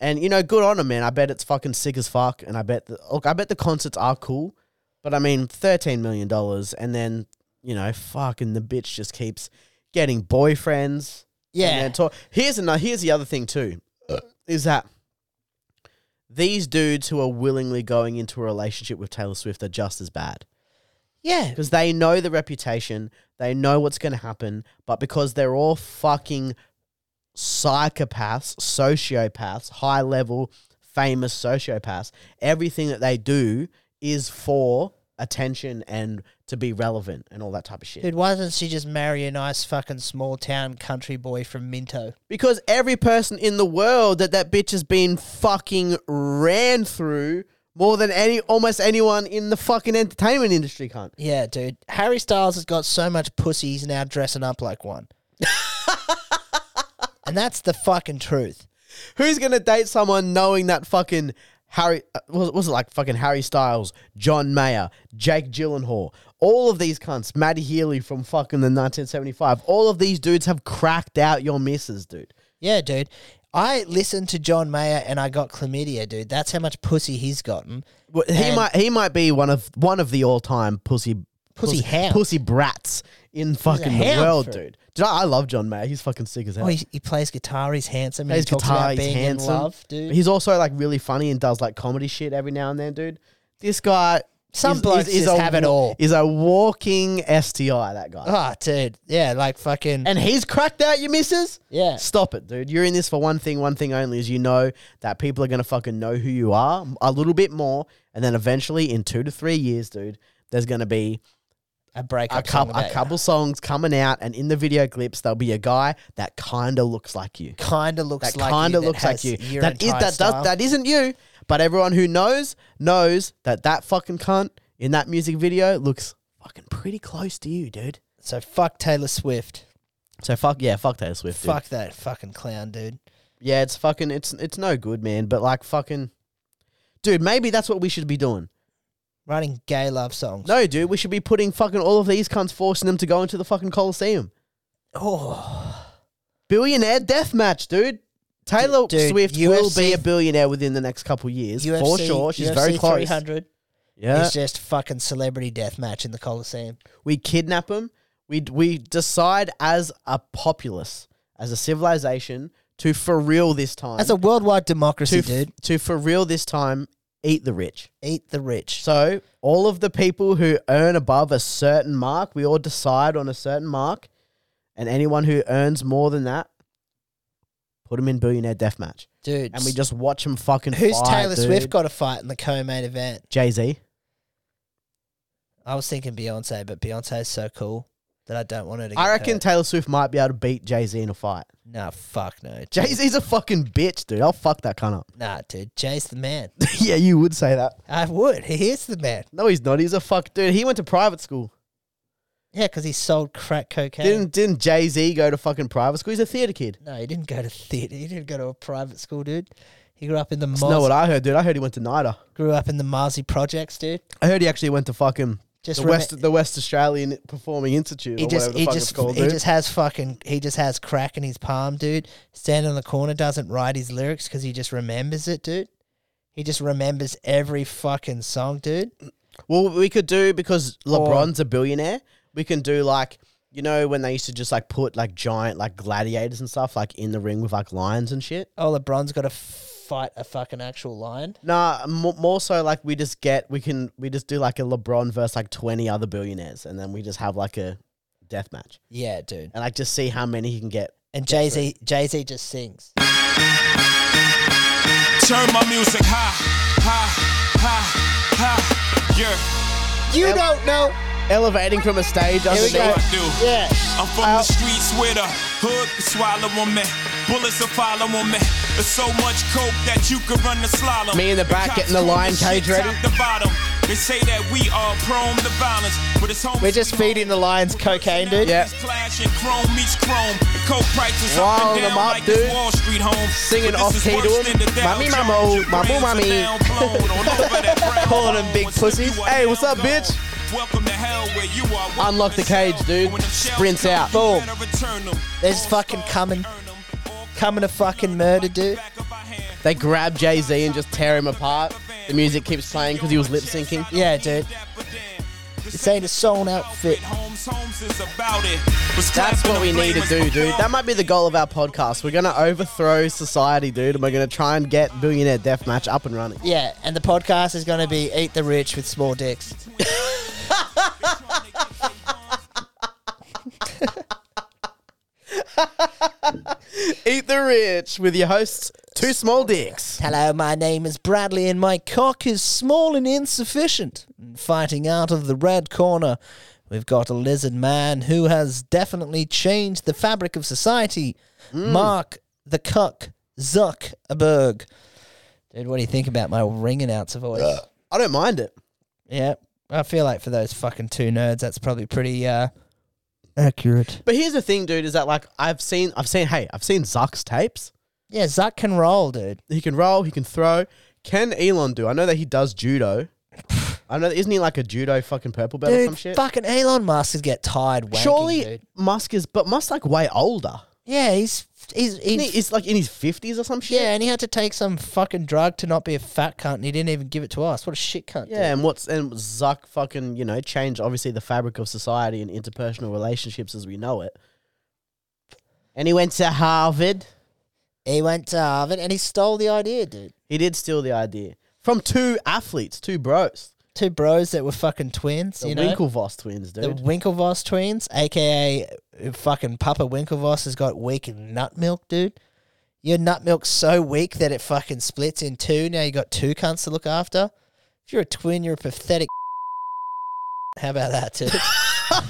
S3: and you know, good on them, man. I bet it's fucking sick as fuck. And I bet, the, look, I bet the concerts are cool, but I mean, $13 million. And then, you know, fucking the bitch just keeps getting boyfriends.
S2: Yeah.
S3: And then talk. Here's, another, here's the other thing, too, is that these dudes who are willingly going into a relationship with Taylor Swift are just as bad
S2: yeah.
S3: because they know the reputation, they know what's going to happen, but because they're all fucking psychopaths, sociopaths, high level, famous sociopaths, everything that they do is for attention and to be relevant and all that type of shit.
S2: Dude, why doesn't she just marry a nice fucking small town country boy from Minto?
S3: Because every person in the world that that bitch has been fucking ran through more than any almost anyone in the fucking entertainment industry can't.
S2: Yeah, dude. Harry Styles has got so much pussy, he's now dressing up like one. and that's the fucking truth.
S3: Who's gonna date someone knowing that fucking Harry? uh, Was, was it like fucking Harry Styles, John Mayer, Jake Gyllenhaal, all of these cunts, Matty Healy from fucking the 1975? All of these dudes have cracked out your misses, dude.
S2: Yeah, dude. I listened to John Mayer and I got chlamydia, dude. That's how much pussy he's gotten.
S3: Well, he
S2: And-
S3: might he might be one of one of the all time pussy
S2: Pussy hound.
S3: pussy brats in fucking the
S2: hound
S3: world,
S2: for-
S3: dude. Dude, I, I love John Mayer. He's fucking sick as hell.
S2: Oh, he, he plays guitar. He's handsome. and
S3: plays
S2: he talks
S3: guitar.
S2: about
S3: He's
S2: being
S3: handsome.
S2: in love, dude.
S3: He's also like really funny and does like comedy shit every now and then, dude. This guy,
S2: Some blokes just have it
S3: wa-
S2: all.
S3: Is a walking STI. That guy.
S2: oh, dude. Yeah, like fucking.
S3: and he's cracked out, you missus?
S2: Yeah.
S3: Stop it, dude. You're in this for one thing, one thing only, is you know that people are going to fucking know who you are a little bit more. And then eventually, in two to three years, dude, there's going to be
S2: a
S3: a,
S2: breakup.
S3: coup- a couple songs coming out. And in the video clips, there'll be a guy that kind of looks like you.
S2: Kind of looks
S3: That
S2: like
S3: kind
S2: you,
S3: of looks
S2: that
S3: like
S2: has
S3: you.
S2: your
S3: That is
S2: entire
S3: that
S2: style.
S3: does that isn't you. But everyone who knows knows that that fucking cunt in that music video looks fucking pretty close to you, dude.
S2: So fuck Taylor Swift.
S3: So fuck yeah, fuck Taylor Swift. dude.
S2: Fuck that fucking clown, dude.
S3: Yeah, it's fucking it's it's no good, man. But like fucking Dude, maybe that's what we should be doing.
S2: Writing gay love songs.
S3: No, dude, we should be putting fucking all of these cunts forcing them to go into the fucking Coliseum.
S2: Oh,
S3: Billionaire death match, dude. Taylor
S2: Dude,
S3: Swift will
S2: UFC
S3: be a billionaire within the next couple years.
S2: UFC,
S3: for sure. She's
S2: UFC
S3: very close.
S2: 300
S3: Yeah.
S2: is just fucking celebrity death match in the Coliseum.
S3: We kidnap them. We we decide as a populace, as a civilization, to for real this time.
S2: That's a worldwide
S3: to,
S2: democracy,
S3: f-
S2: dude.
S3: to for real this time, eat the rich.
S2: Eat the rich.
S3: So all of the people who earn above a certain mark, we all decide on a certain mark, and anyone who earns more than that, put them in billionaire deathmatch,
S2: Dude.
S3: and we just watch them fucking.
S2: Who's Taylor Swift got a fight in the co-main event?
S3: Jay Z.
S2: I was thinking Beyonce, but Beyonce's so cool that I don't want her to. Get
S3: I reckon
S2: hurt.
S3: Taylor Swift might be able to beat Jay Z in a fight.
S2: no, fuck no. dude.
S3: Jay Z's a fucking bitch, dude. I'll fuck that cunt up.
S2: Nah, dude. Jay's the man.
S3: yeah, you would say that.
S2: I would. He is the man.
S3: No, he's not. He's a fuck dude. He went to private school.
S2: Yeah, because he sold crack cocaine.
S3: Didn't didn't Jay Z go to fucking private school? He's a theater kid.
S2: no, he didn't go to theater. He didn't go to a private school, dude. He grew up in the
S3: That's not
S2: Mars,
S3: what I heard, dude. I heard he went to NIDA.
S2: grew up in the Marzi projects, dude.
S3: I heard he actually went to fucking
S2: Just
S3: the
S2: remem-
S3: West the West Australian Performing Institute.
S2: He
S3: or
S2: just
S3: whatever the
S2: he
S3: fuck
S2: just
S3: it's called,
S2: he
S3: dude.
S2: just has fucking he just has crack in his palm, dude. Standing on the corner doesn't write his lyrics because he just remembers it, dude. He just remembers every fucking song, dude.
S3: Well, we could do because LeBron's a billionaire. We can do like you know when they used to just like put like giant like gladiators and stuff like in the ring with like lions and shit.
S2: Oh, LeBron's got to fight a fucking actual lion.
S3: Nah, more, more so like we just get we can we just do like a LeBron versus like twenty other billionaires, and then we just have like a death match
S2: Yeah, dude.
S3: and like just see how many he can get.
S2: And Jay Z Jay Z just sings.
S6: Turn my music high, high, high, high. Yeah,
S2: You don't know.
S3: Elevating from a stage
S2: Here we go.
S3: underneath.
S6: do.
S2: Yeah.
S6: I'm from the streets with a hood can swallow on me. Bullets are following me. There's so much coke that you could run the slalom.
S3: Me in the back
S6: cops
S3: getting the
S6: cool
S3: lion
S6: as shit,
S3: cage ready.
S6: top to bottom. They say that we are prone to violence, but it's home.
S2: We're just feeding the lions cocaine, dude.
S3: Yeah.
S6: Clash and chrome meets chrome. The coke prices
S3: Wow,
S6: up and
S3: them
S6: down
S3: up,
S6: like
S3: dude.
S6: this Wall Street home.
S3: Singing
S6: But this
S3: off-key
S6: is
S3: to
S6: worse
S3: them.
S6: than the Dow
S3: Mommy,
S6: Jones.
S3: mamo,
S6: Your
S3: mamo,
S6: brains are
S3: mommy.
S6: down blown on over that brown
S3: Calling them
S6: bone.
S3: big
S6: Once you
S3: pussies.
S6: are
S3: Hey, what's up,
S6: down
S3: bitch?
S6: gone, Welcome to hell where you are. welcome
S3: Unlock the
S6: in
S3: cage,
S6: hell.
S3: dude.
S6: When them shells
S3: Sprints
S6: come,
S3: out.
S6: you
S2: Boom.
S6: better return them.
S2: They're just
S6: All
S2: fucking
S6: stars
S2: coming-
S6: earn them. All
S2: coming to fucking murder, dude.
S6: back of our hand.
S3: They grab Jay Z and just tear him apart. The music keeps playing because he was lip syncing.
S2: Yeah, dude. This ain't a sewn outfit.
S6: Holmes, Holmes is about it. Was
S3: That's
S6: clapping
S3: what we
S6: the
S3: need to
S6: flamers
S3: do, dude.
S6: before
S3: That might be the goal of our podcast. We're gonna overthrow society, dude, and we're gonna try and get billionaire deathmatch up and running.
S2: Yeah, and the podcast is going to be Eat the Rich with Small Dicks.
S3: Eat the rich with your hosts, two small dicks.
S2: Hello, my name is Bradley, and my cock is small and insufficient. Fighting out of the red corner, we've got a lizard man who has definitely changed the fabric of society.
S3: Hmm.
S2: Mark the cuck Zuckerberg. Dude, what do you think about my ring announcer voice?
S3: I don't mind it.
S2: Yeah, I feel like for those fucking two nerds, that's probably pretty uh, accurate.
S3: But here's the thing, dude, is that like I've seen I've seen hey, I've seen Zuck's tapes.
S2: Yeah, Zuck can roll, dude.
S3: He can roll, he can throw. Can Elon do? I know that he does judo. I know isn't he like a judo fucking purple belt or some
S2: Dude,
S3: shit?
S2: fucking Elon Musk would get tired wanking,
S3: Surely
S2: dude.
S3: Musk is but Musk like way older.
S2: Yeah, he's he's, he's
S3: Isn't he- It's like in his fifties or some shit.
S2: yeah, and he had to take some fucking drug to not be a fat cunt, and he didn't even give it to us. What a shit cunt! dude.
S3: Yeah, and what's and Zuck fucking you know changed obviously the fabric of society and interpersonal relationships as we know it. And he went to Harvard.
S2: He went to Harvard and he stole the idea, dude.
S3: He did steal the idea from two athletes, two bros,
S2: Two bros that were fucking twins,
S3: the
S2: you know.
S3: Winklevoss twins, dude.
S2: the Winklevoss twins, aka uh, fucking Papa Winklevoss, has got weak nut milk, dude. Your nut milk's so weak that it fucking splits in two. Now you got two cunts to look after. If you're a twin, you're a pathetic. How about that, dude?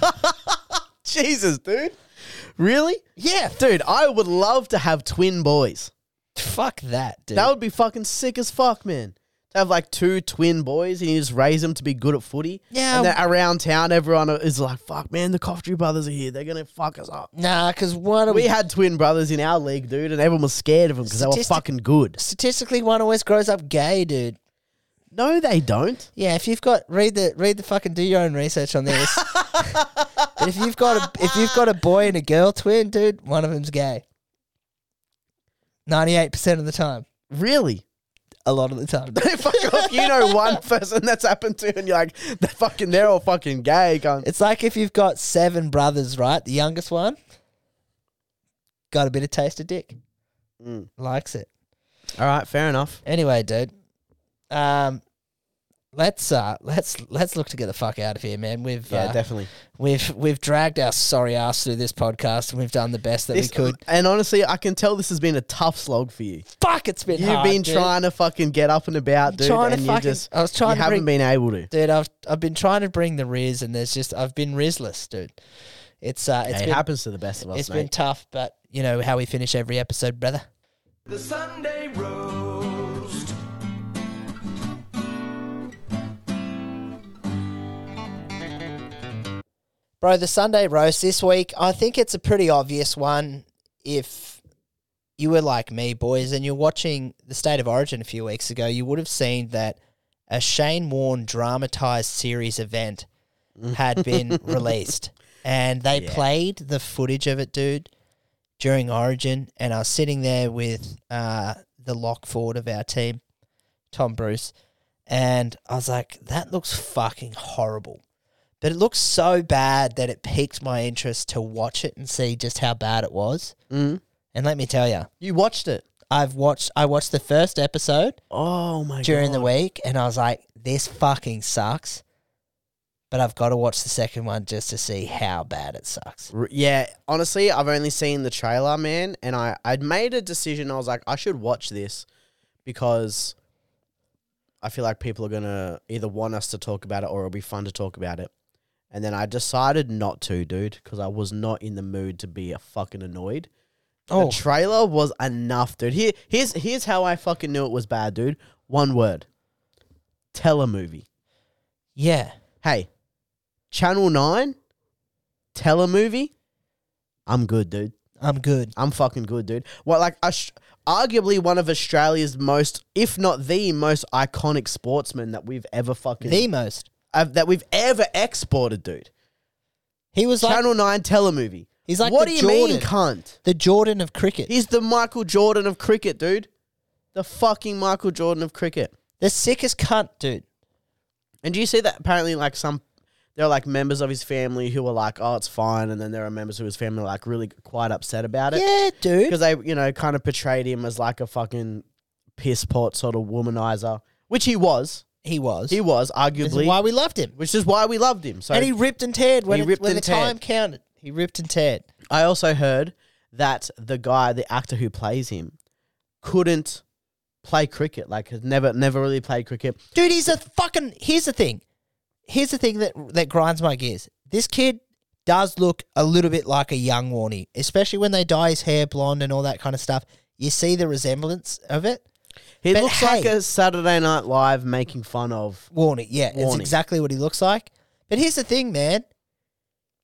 S3: Jesus, dude. Really?
S2: yeah,
S3: Dude, I would love to have twin boys.
S2: fuck that, dude.
S3: That would be fucking sick as fuck, man. To have like two twin boys and you just raise them to be good at footy.
S2: Yeah.
S3: And then around town, everyone is like, fuck, man, the Coventry brothers are here. They're going to fuck us up.
S2: nah, because one of
S3: We had twin brothers in our league, dude, and everyone was scared of them because they were
S2: Statistic-
S3: fucking good.
S2: statistically one always grows up gay, dude.
S3: No, they don't.
S2: Yeah, if you've got read the read the fucking do your own research on this. but if you've got a if you've got a boy and a girl twin, dude, one of them's gay. Ninety eight percent of the time,
S3: Really?
S2: a lot of the time.
S3: fuck off. You know one person that's happened to, and you're like, they're fucking, they're all fucking gay. Going,
S2: it's like if you've got seven brothers, right? The youngest one got a bit of taste of dick, likes it.
S3: all right, fair enough.
S2: Anyway, dude, um, let's uh, let's let's look to get the fuck out of here, man. We've
S3: Yeah,
S2: uh,
S3: definitely.
S2: We've we've dragged our sorry ass through this podcast and we've done the best that
S3: This-
S2: we could.
S3: And honestly, I can tell this has been a tough slog for you.
S2: Fuck, it's been
S3: You've
S2: hard,
S3: been
S2: dude.
S3: trying to fucking get up and about, dude,
S2: Trying to
S3: and you
S2: fucking-
S3: just
S2: I was trying
S3: you
S2: to
S3: haven't
S2: bring-
S3: been able to.
S2: dude. I've I've been trying to bring the riz and there's just I've been rizless, dude. It's uh, it's
S3: Hey, it
S2: been
S3: happens to the best of us,
S2: it's
S3: mate.
S2: been tough, but you know how we finish every episode, brother.
S6: The Sunday roast.
S2: Bro, the Sunday roast this week, I think it's a pretty obvious one if you were like me, boys, and you're watching The State of Origin a few weeks ago, you would have seen that a Shane Warne dramatized series event had been released. And they played the footage of it, dude, during Origin. And I was sitting there with uh, the lock forward of our team, Tom Bruce. And I was like, that looks fucking horrible but it looks so bad that it piqued my interest to watch it and see just how bad it was.
S3: Mm.
S2: And let me tell you,
S3: You watched it.
S2: I've watched I watched the first episode
S3: Oh my
S2: during
S3: god.
S2: the week, and I was like, "This fucking sucks," but I've got to watch the second one just to see how bad it sucks.
S3: R- yeah, honestly, I've only seen the trailer, man, and I I'd made a decision. I was like, I should watch this because I feel like people are gonna either want us to talk about it or it'll be fun to talk about it. And then I decided not to, dude, because I was not in the mood to be a fucking annoyed.
S2: Oh.
S3: The trailer was enough, dude. Here, here's here's how I fucking knew it was bad, dude. One word. Telemovie.
S2: Yeah,
S3: Hey, Channel 9, telemovie. I'm good, dude.
S2: I'm good.
S3: I'm fucking good, dude. Well, like, Aus- arguably one of Australia's most, if not the most iconic sportsman that we've ever fucking,
S2: The most
S3: uh, that we've ever exported, dude.
S2: he was like
S3: Channel 9 telemovie.
S2: He's like
S3: what
S2: the
S3: do you
S2: Jordan.
S3: mean, cunt?
S2: the Jordan of cricket.
S3: He's the Michael Jordan of cricket, dude. The fucking Michael Jordan of cricket.
S2: the sickest cunt, dude.
S3: And do you see that apparently like some there are like members of his family who are like, Oh, it's fine and then there are members of his family are, like really quite upset about it.
S2: Yeah, dude.
S3: Because they, you know, kind of portrayed him as like a fucking piss pot sort of womanizer. Which he was.
S2: He was.
S3: He was,
S2: This is
S3: arguably.
S2: why we loved him.
S3: which is why we loved him. So
S2: and he ripped and teared when,
S3: He
S2: it-
S3: ripped
S2: when
S3: and
S2: the
S3: teared.
S2: time counted. He ripped and teared.
S3: I also heard that the guy, the actor who plays him, couldn't play cricket. Like had never never really played cricket.
S2: dude. He's a fucking. Here's the thing. Here's the thing that that grinds my gears. This kid does look a little bit like a young Warney, especially when they dye his hair blonde and all that kind of stuff. You see the resemblance of it,
S3: He
S2: But
S3: looks like
S2: hey-
S3: a Saturday Night Live making fun of
S2: Warney. Yeah, it's
S3: Warney.
S2: exactly what he looks like. But here's the thing, man.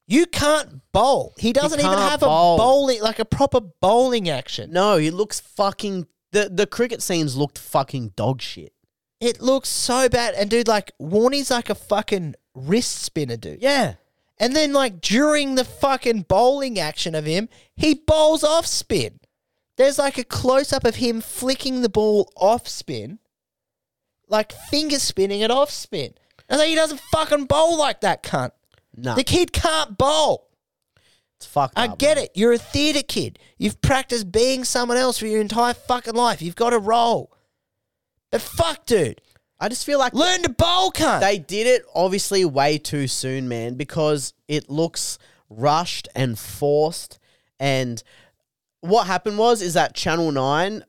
S2: You can't bowl. He doesn't even
S3: can't
S2: have
S3: bowl.
S2: a bowling like a proper bowling action.
S3: No, he looks fucking. The, the cricket scenes looked fucking dog shit.
S2: It looks so bad. And dude, like Warney's like a fucking wrist spinner, dude.
S3: Yeah.
S2: And then, like, during the fucking bowling action of him, he bowls off spin. There's like a close up of him flicking the ball off spin, like finger spinning it off spin. And like, he doesn't fucking bowl like that, cunt.
S3: No,
S2: The kid can't bowl.
S3: it's fucked.
S2: I
S3: up,
S2: get
S3: man.
S2: it. You're a theatre kid. You've practiced being someone else for your entire fucking life. You've got to roll. But fuck, dude.
S3: I just feel like
S2: Learn to bowl, cunt.
S3: they did it obviously way too soon, man, because it looks rushed and forced. And what happened was is that Channel Nine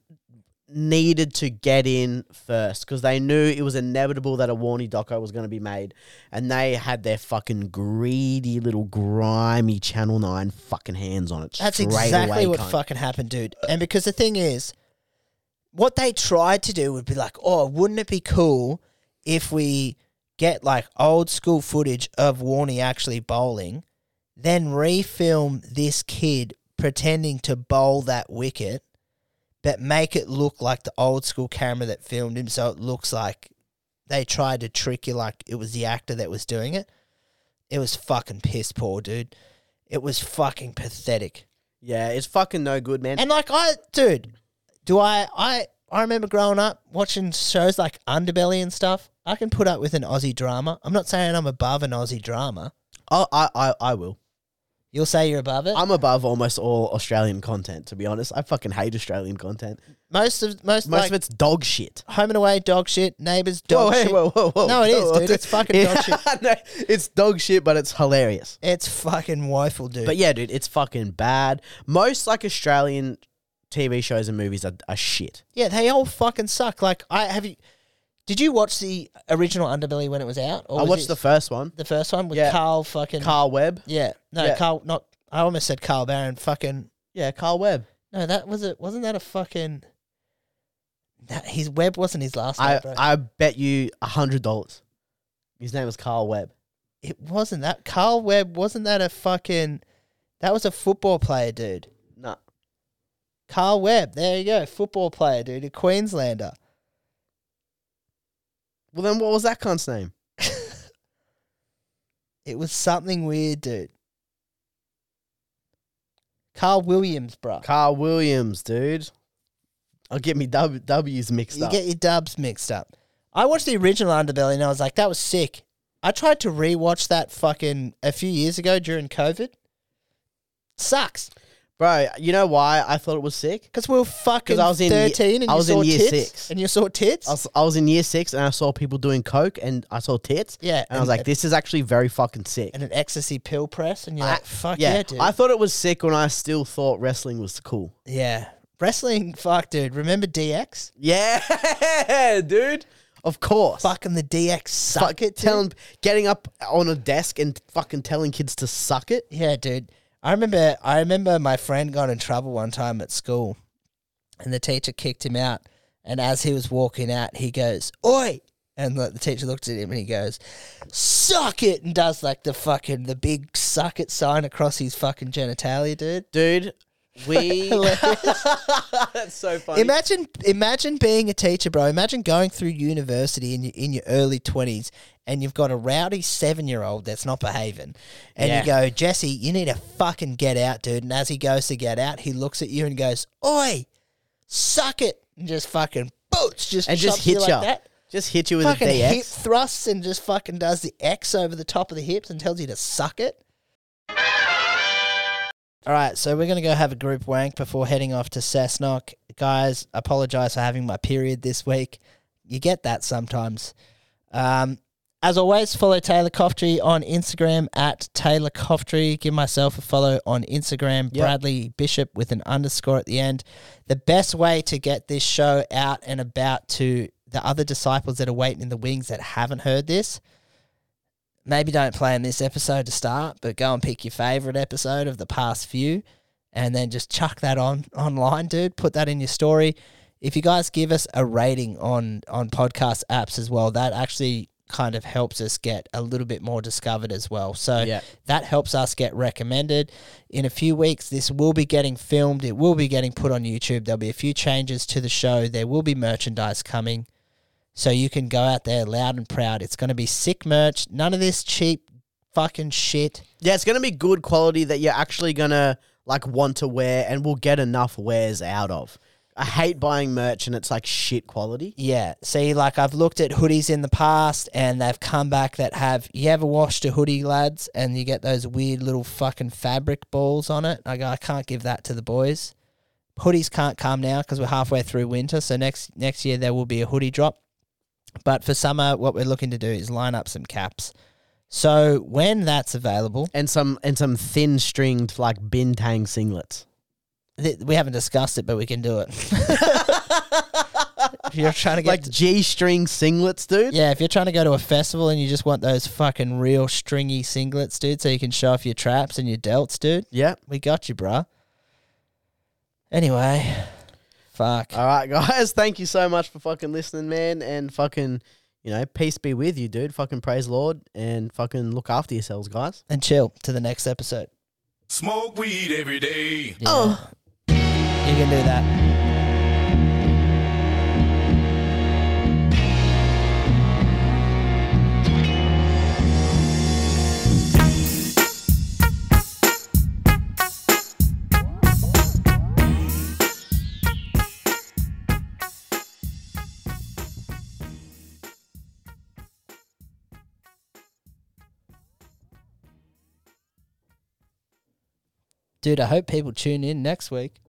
S3: needed to get in first because they knew it was inevitable that a Warney doco was going to be made, and they had their fucking greedy little grimy Channel Nine fucking hands on it.
S2: That's
S3: straight
S2: exactly
S3: away,
S2: what
S3: cunt.
S2: fucking happened, dude. And because the thing is, what they tried to do would be like, oh, wouldn't it be cool if we get like old school footage of Warney actually bowling, then refilm this kid pretending to bowl that wicket, but make it look like the old school camera that filmed him so it looks like they tried to trick you like it was the actor that was doing it. It was fucking piss poor, dude. It was fucking pathetic.
S3: Yeah, it's fucking no good, man.
S2: And like I, dude, do I? I I remember growing up watching shows like Underbelly and stuff. I can put up with an Aussie drama. I'm not saying I'm above an Aussie drama.
S3: oh, I, I, I will.
S2: You'll say you're above it.
S3: I'm above almost all Australian content, to be honest. I fucking hate Australian content.
S2: most of most,
S3: Most
S2: like,
S3: of it's dog shit.
S2: home and away dog shit. Neighbours dog
S3: whoa, hey,
S2: shit.
S3: whoa, whoa, whoa.
S2: No, it is,
S3: Whoa,
S2: dude. It's fucking dog shit.
S3: no, it's dog shit, but it's hilarious.
S2: It's fucking woeful, dude.
S3: But yeah, dude, it's fucking bad. Most like Australian TV shows and movies are, are shit.
S2: yeah, they all fucking suck. Like I have you. Did you watch the original Underbelly when it was out? Or
S3: I
S2: was
S3: watched
S2: it
S3: the first one,
S2: the first one with
S3: Oh, Yeah.
S2: Carl fucking
S3: Carl Webb.
S2: Yeah, no,
S3: Yeah.
S2: Carl. Not I almost said Carl Barron. Fucking
S3: Yeah, Carl Webb.
S2: No, that was it. Wasn't that a fucking? That his web wasn't his last name,
S3: I,
S2: bro.
S3: I bet you a hundred dollars. His name was Carl Webb.
S2: it wasn't that Carl Webb. Wasn't that a fucking? That was a football player, dude.
S3: No,
S2: Carl Webb. There you go, football player, dude. A Queenslander.
S3: well then, what was that cunt's name?
S2: It was something weird, dude. Carl Williams, bro.
S3: Carl Williams, dude. I'll get me w, W's mixed
S2: you
S3: up.
S2: get your dubs mixed up. I watched the original Underbelly and I was like, that was sick. I tried to rewatch that fucking a few years ago during COVID. Sucks.
S3: Bro, you know why I thought it was sick?
S2: Because we were fucking
S3: 'Cause I was in year-
S2: thirteen, and
S3: I
S2: you
S3: was in
S2: saw
S3: year
S2: tits,
S3: six.
S2: and you saw tits.
S3: I was, I was in year six and I saw people doing coke and I saw tits.
S2: Yeah,
S3: And, I was
S2: and-
S3: like, this is actually very fucking sick.
S2: and an ecstasy pill press, and you're
S3: I-
S2: like, "Fuck yeah, dude!"
S3: I thought it was sick when I still thought wrestling was cool.
S2: yeah, wrestling, fuck, dude. Remember DX?
S3: Yeah, dude. Of course.
S2: Fucking the DX suck
S3: Fuck
S2: it. dude.
S3: Telling, getting up on a desk and fucking telling kids to suck it.
S2: Yeah, dude. I remember. I remember my friend got in trouble one time at school, and the teacher kicked him out. And as he was walking out, he goes, "Oi!" And like, the teacher looked at him and he goes, "Suck it!" and does like the fucking the big suck it sign across his fucking genitalia, dude.
S3: Dude, we.
S2: Hilarious.
S3: That's so funny.
S2: Imagine, imagine being a teacher, bro. Imagine going through university in your, in your early twenties, and you've got a rowdy seven-year-old that's not behaving, and you go, Jesse, you need to fucking get out, dude. And as he goes to get out, he looks at you and goes, "Oi, suck it!" and just fucking boots, just
S3: and just
S2: chops
S3: hit you.
S2: like that.
S3: Just hit you with
S2: Fucking
S3: a DX.
S2: hip thrusts and just fucking does the X over the top of the hips and tells you to suck it. All right, so we're gonna go have a group wank before heading off to Cessnock. Guys, apologize for having my period this week. You get that sometimes. Um, as always, follow Taylor Coftry on Instagram at Taylor Coftry. Give myself a follow on Instagram, Bradley Bishop with an underscore at the end. The best way to get this show out and about to the other disciples that are waiting in the wings that haven't heard this maybe don't play in this episode to start, but go and pick your favorite episode of the past few and then just chuck that on online, dude. Put that in your story. If you guys give us a rating on on podcast apps as well, that actually kind of helps us get a little bit more discovered as well. So
S3: Yeah.
S2: that helps us get recommended. In a few weeks, this will be getting filmed. It will be getting put on YouTube. There'll be a few changes to the show. There will be merchandise coming. So you can go out there loud and proud. It's going to be sick merch. None of this cheap fucking shit.
S3: Yeah, it's gonna be good quality that you're actually gonna like want to wear, and will get enough wears out of. I hate buying merch and it's like shit quality.
S2: Yeah. See, like I've looked at hoodies in the past and they've come back that have you ever washed a hoodie, lads, and you get those weird little fucking fabric balls on it. I go, I can't give that to the boys. Hoodies can't come now because we're halfway through winter. So next next year there will be a hoodie drop. But for summer, what we're looking to do is line up some caps. So when that's available,
S3: And some and some thin stringed like bintang singlets.
S2: th- we haven't discussed it, but we can do it. if you're trying to get
S3: Like G string singlets, dude.
S2: Yeah, if you're trying to go to a festival and you just want those fucking real stringy singlets, dude, so you can show off your traps and your delts, dude,
S3: Yeah.
S2: we got you, bruh. Anyway, fuck.
S3: All right, guys. Thank you so much for fucking listening, man. And fucking, you know, peace be with you, dude. Fucking praise Lord and fucking look after yourselves, guys.
S2: And chill to the next episode.
S6: Smoke weed every day.
S2: Oh. You can do that. Dude, I hope people tune in next week.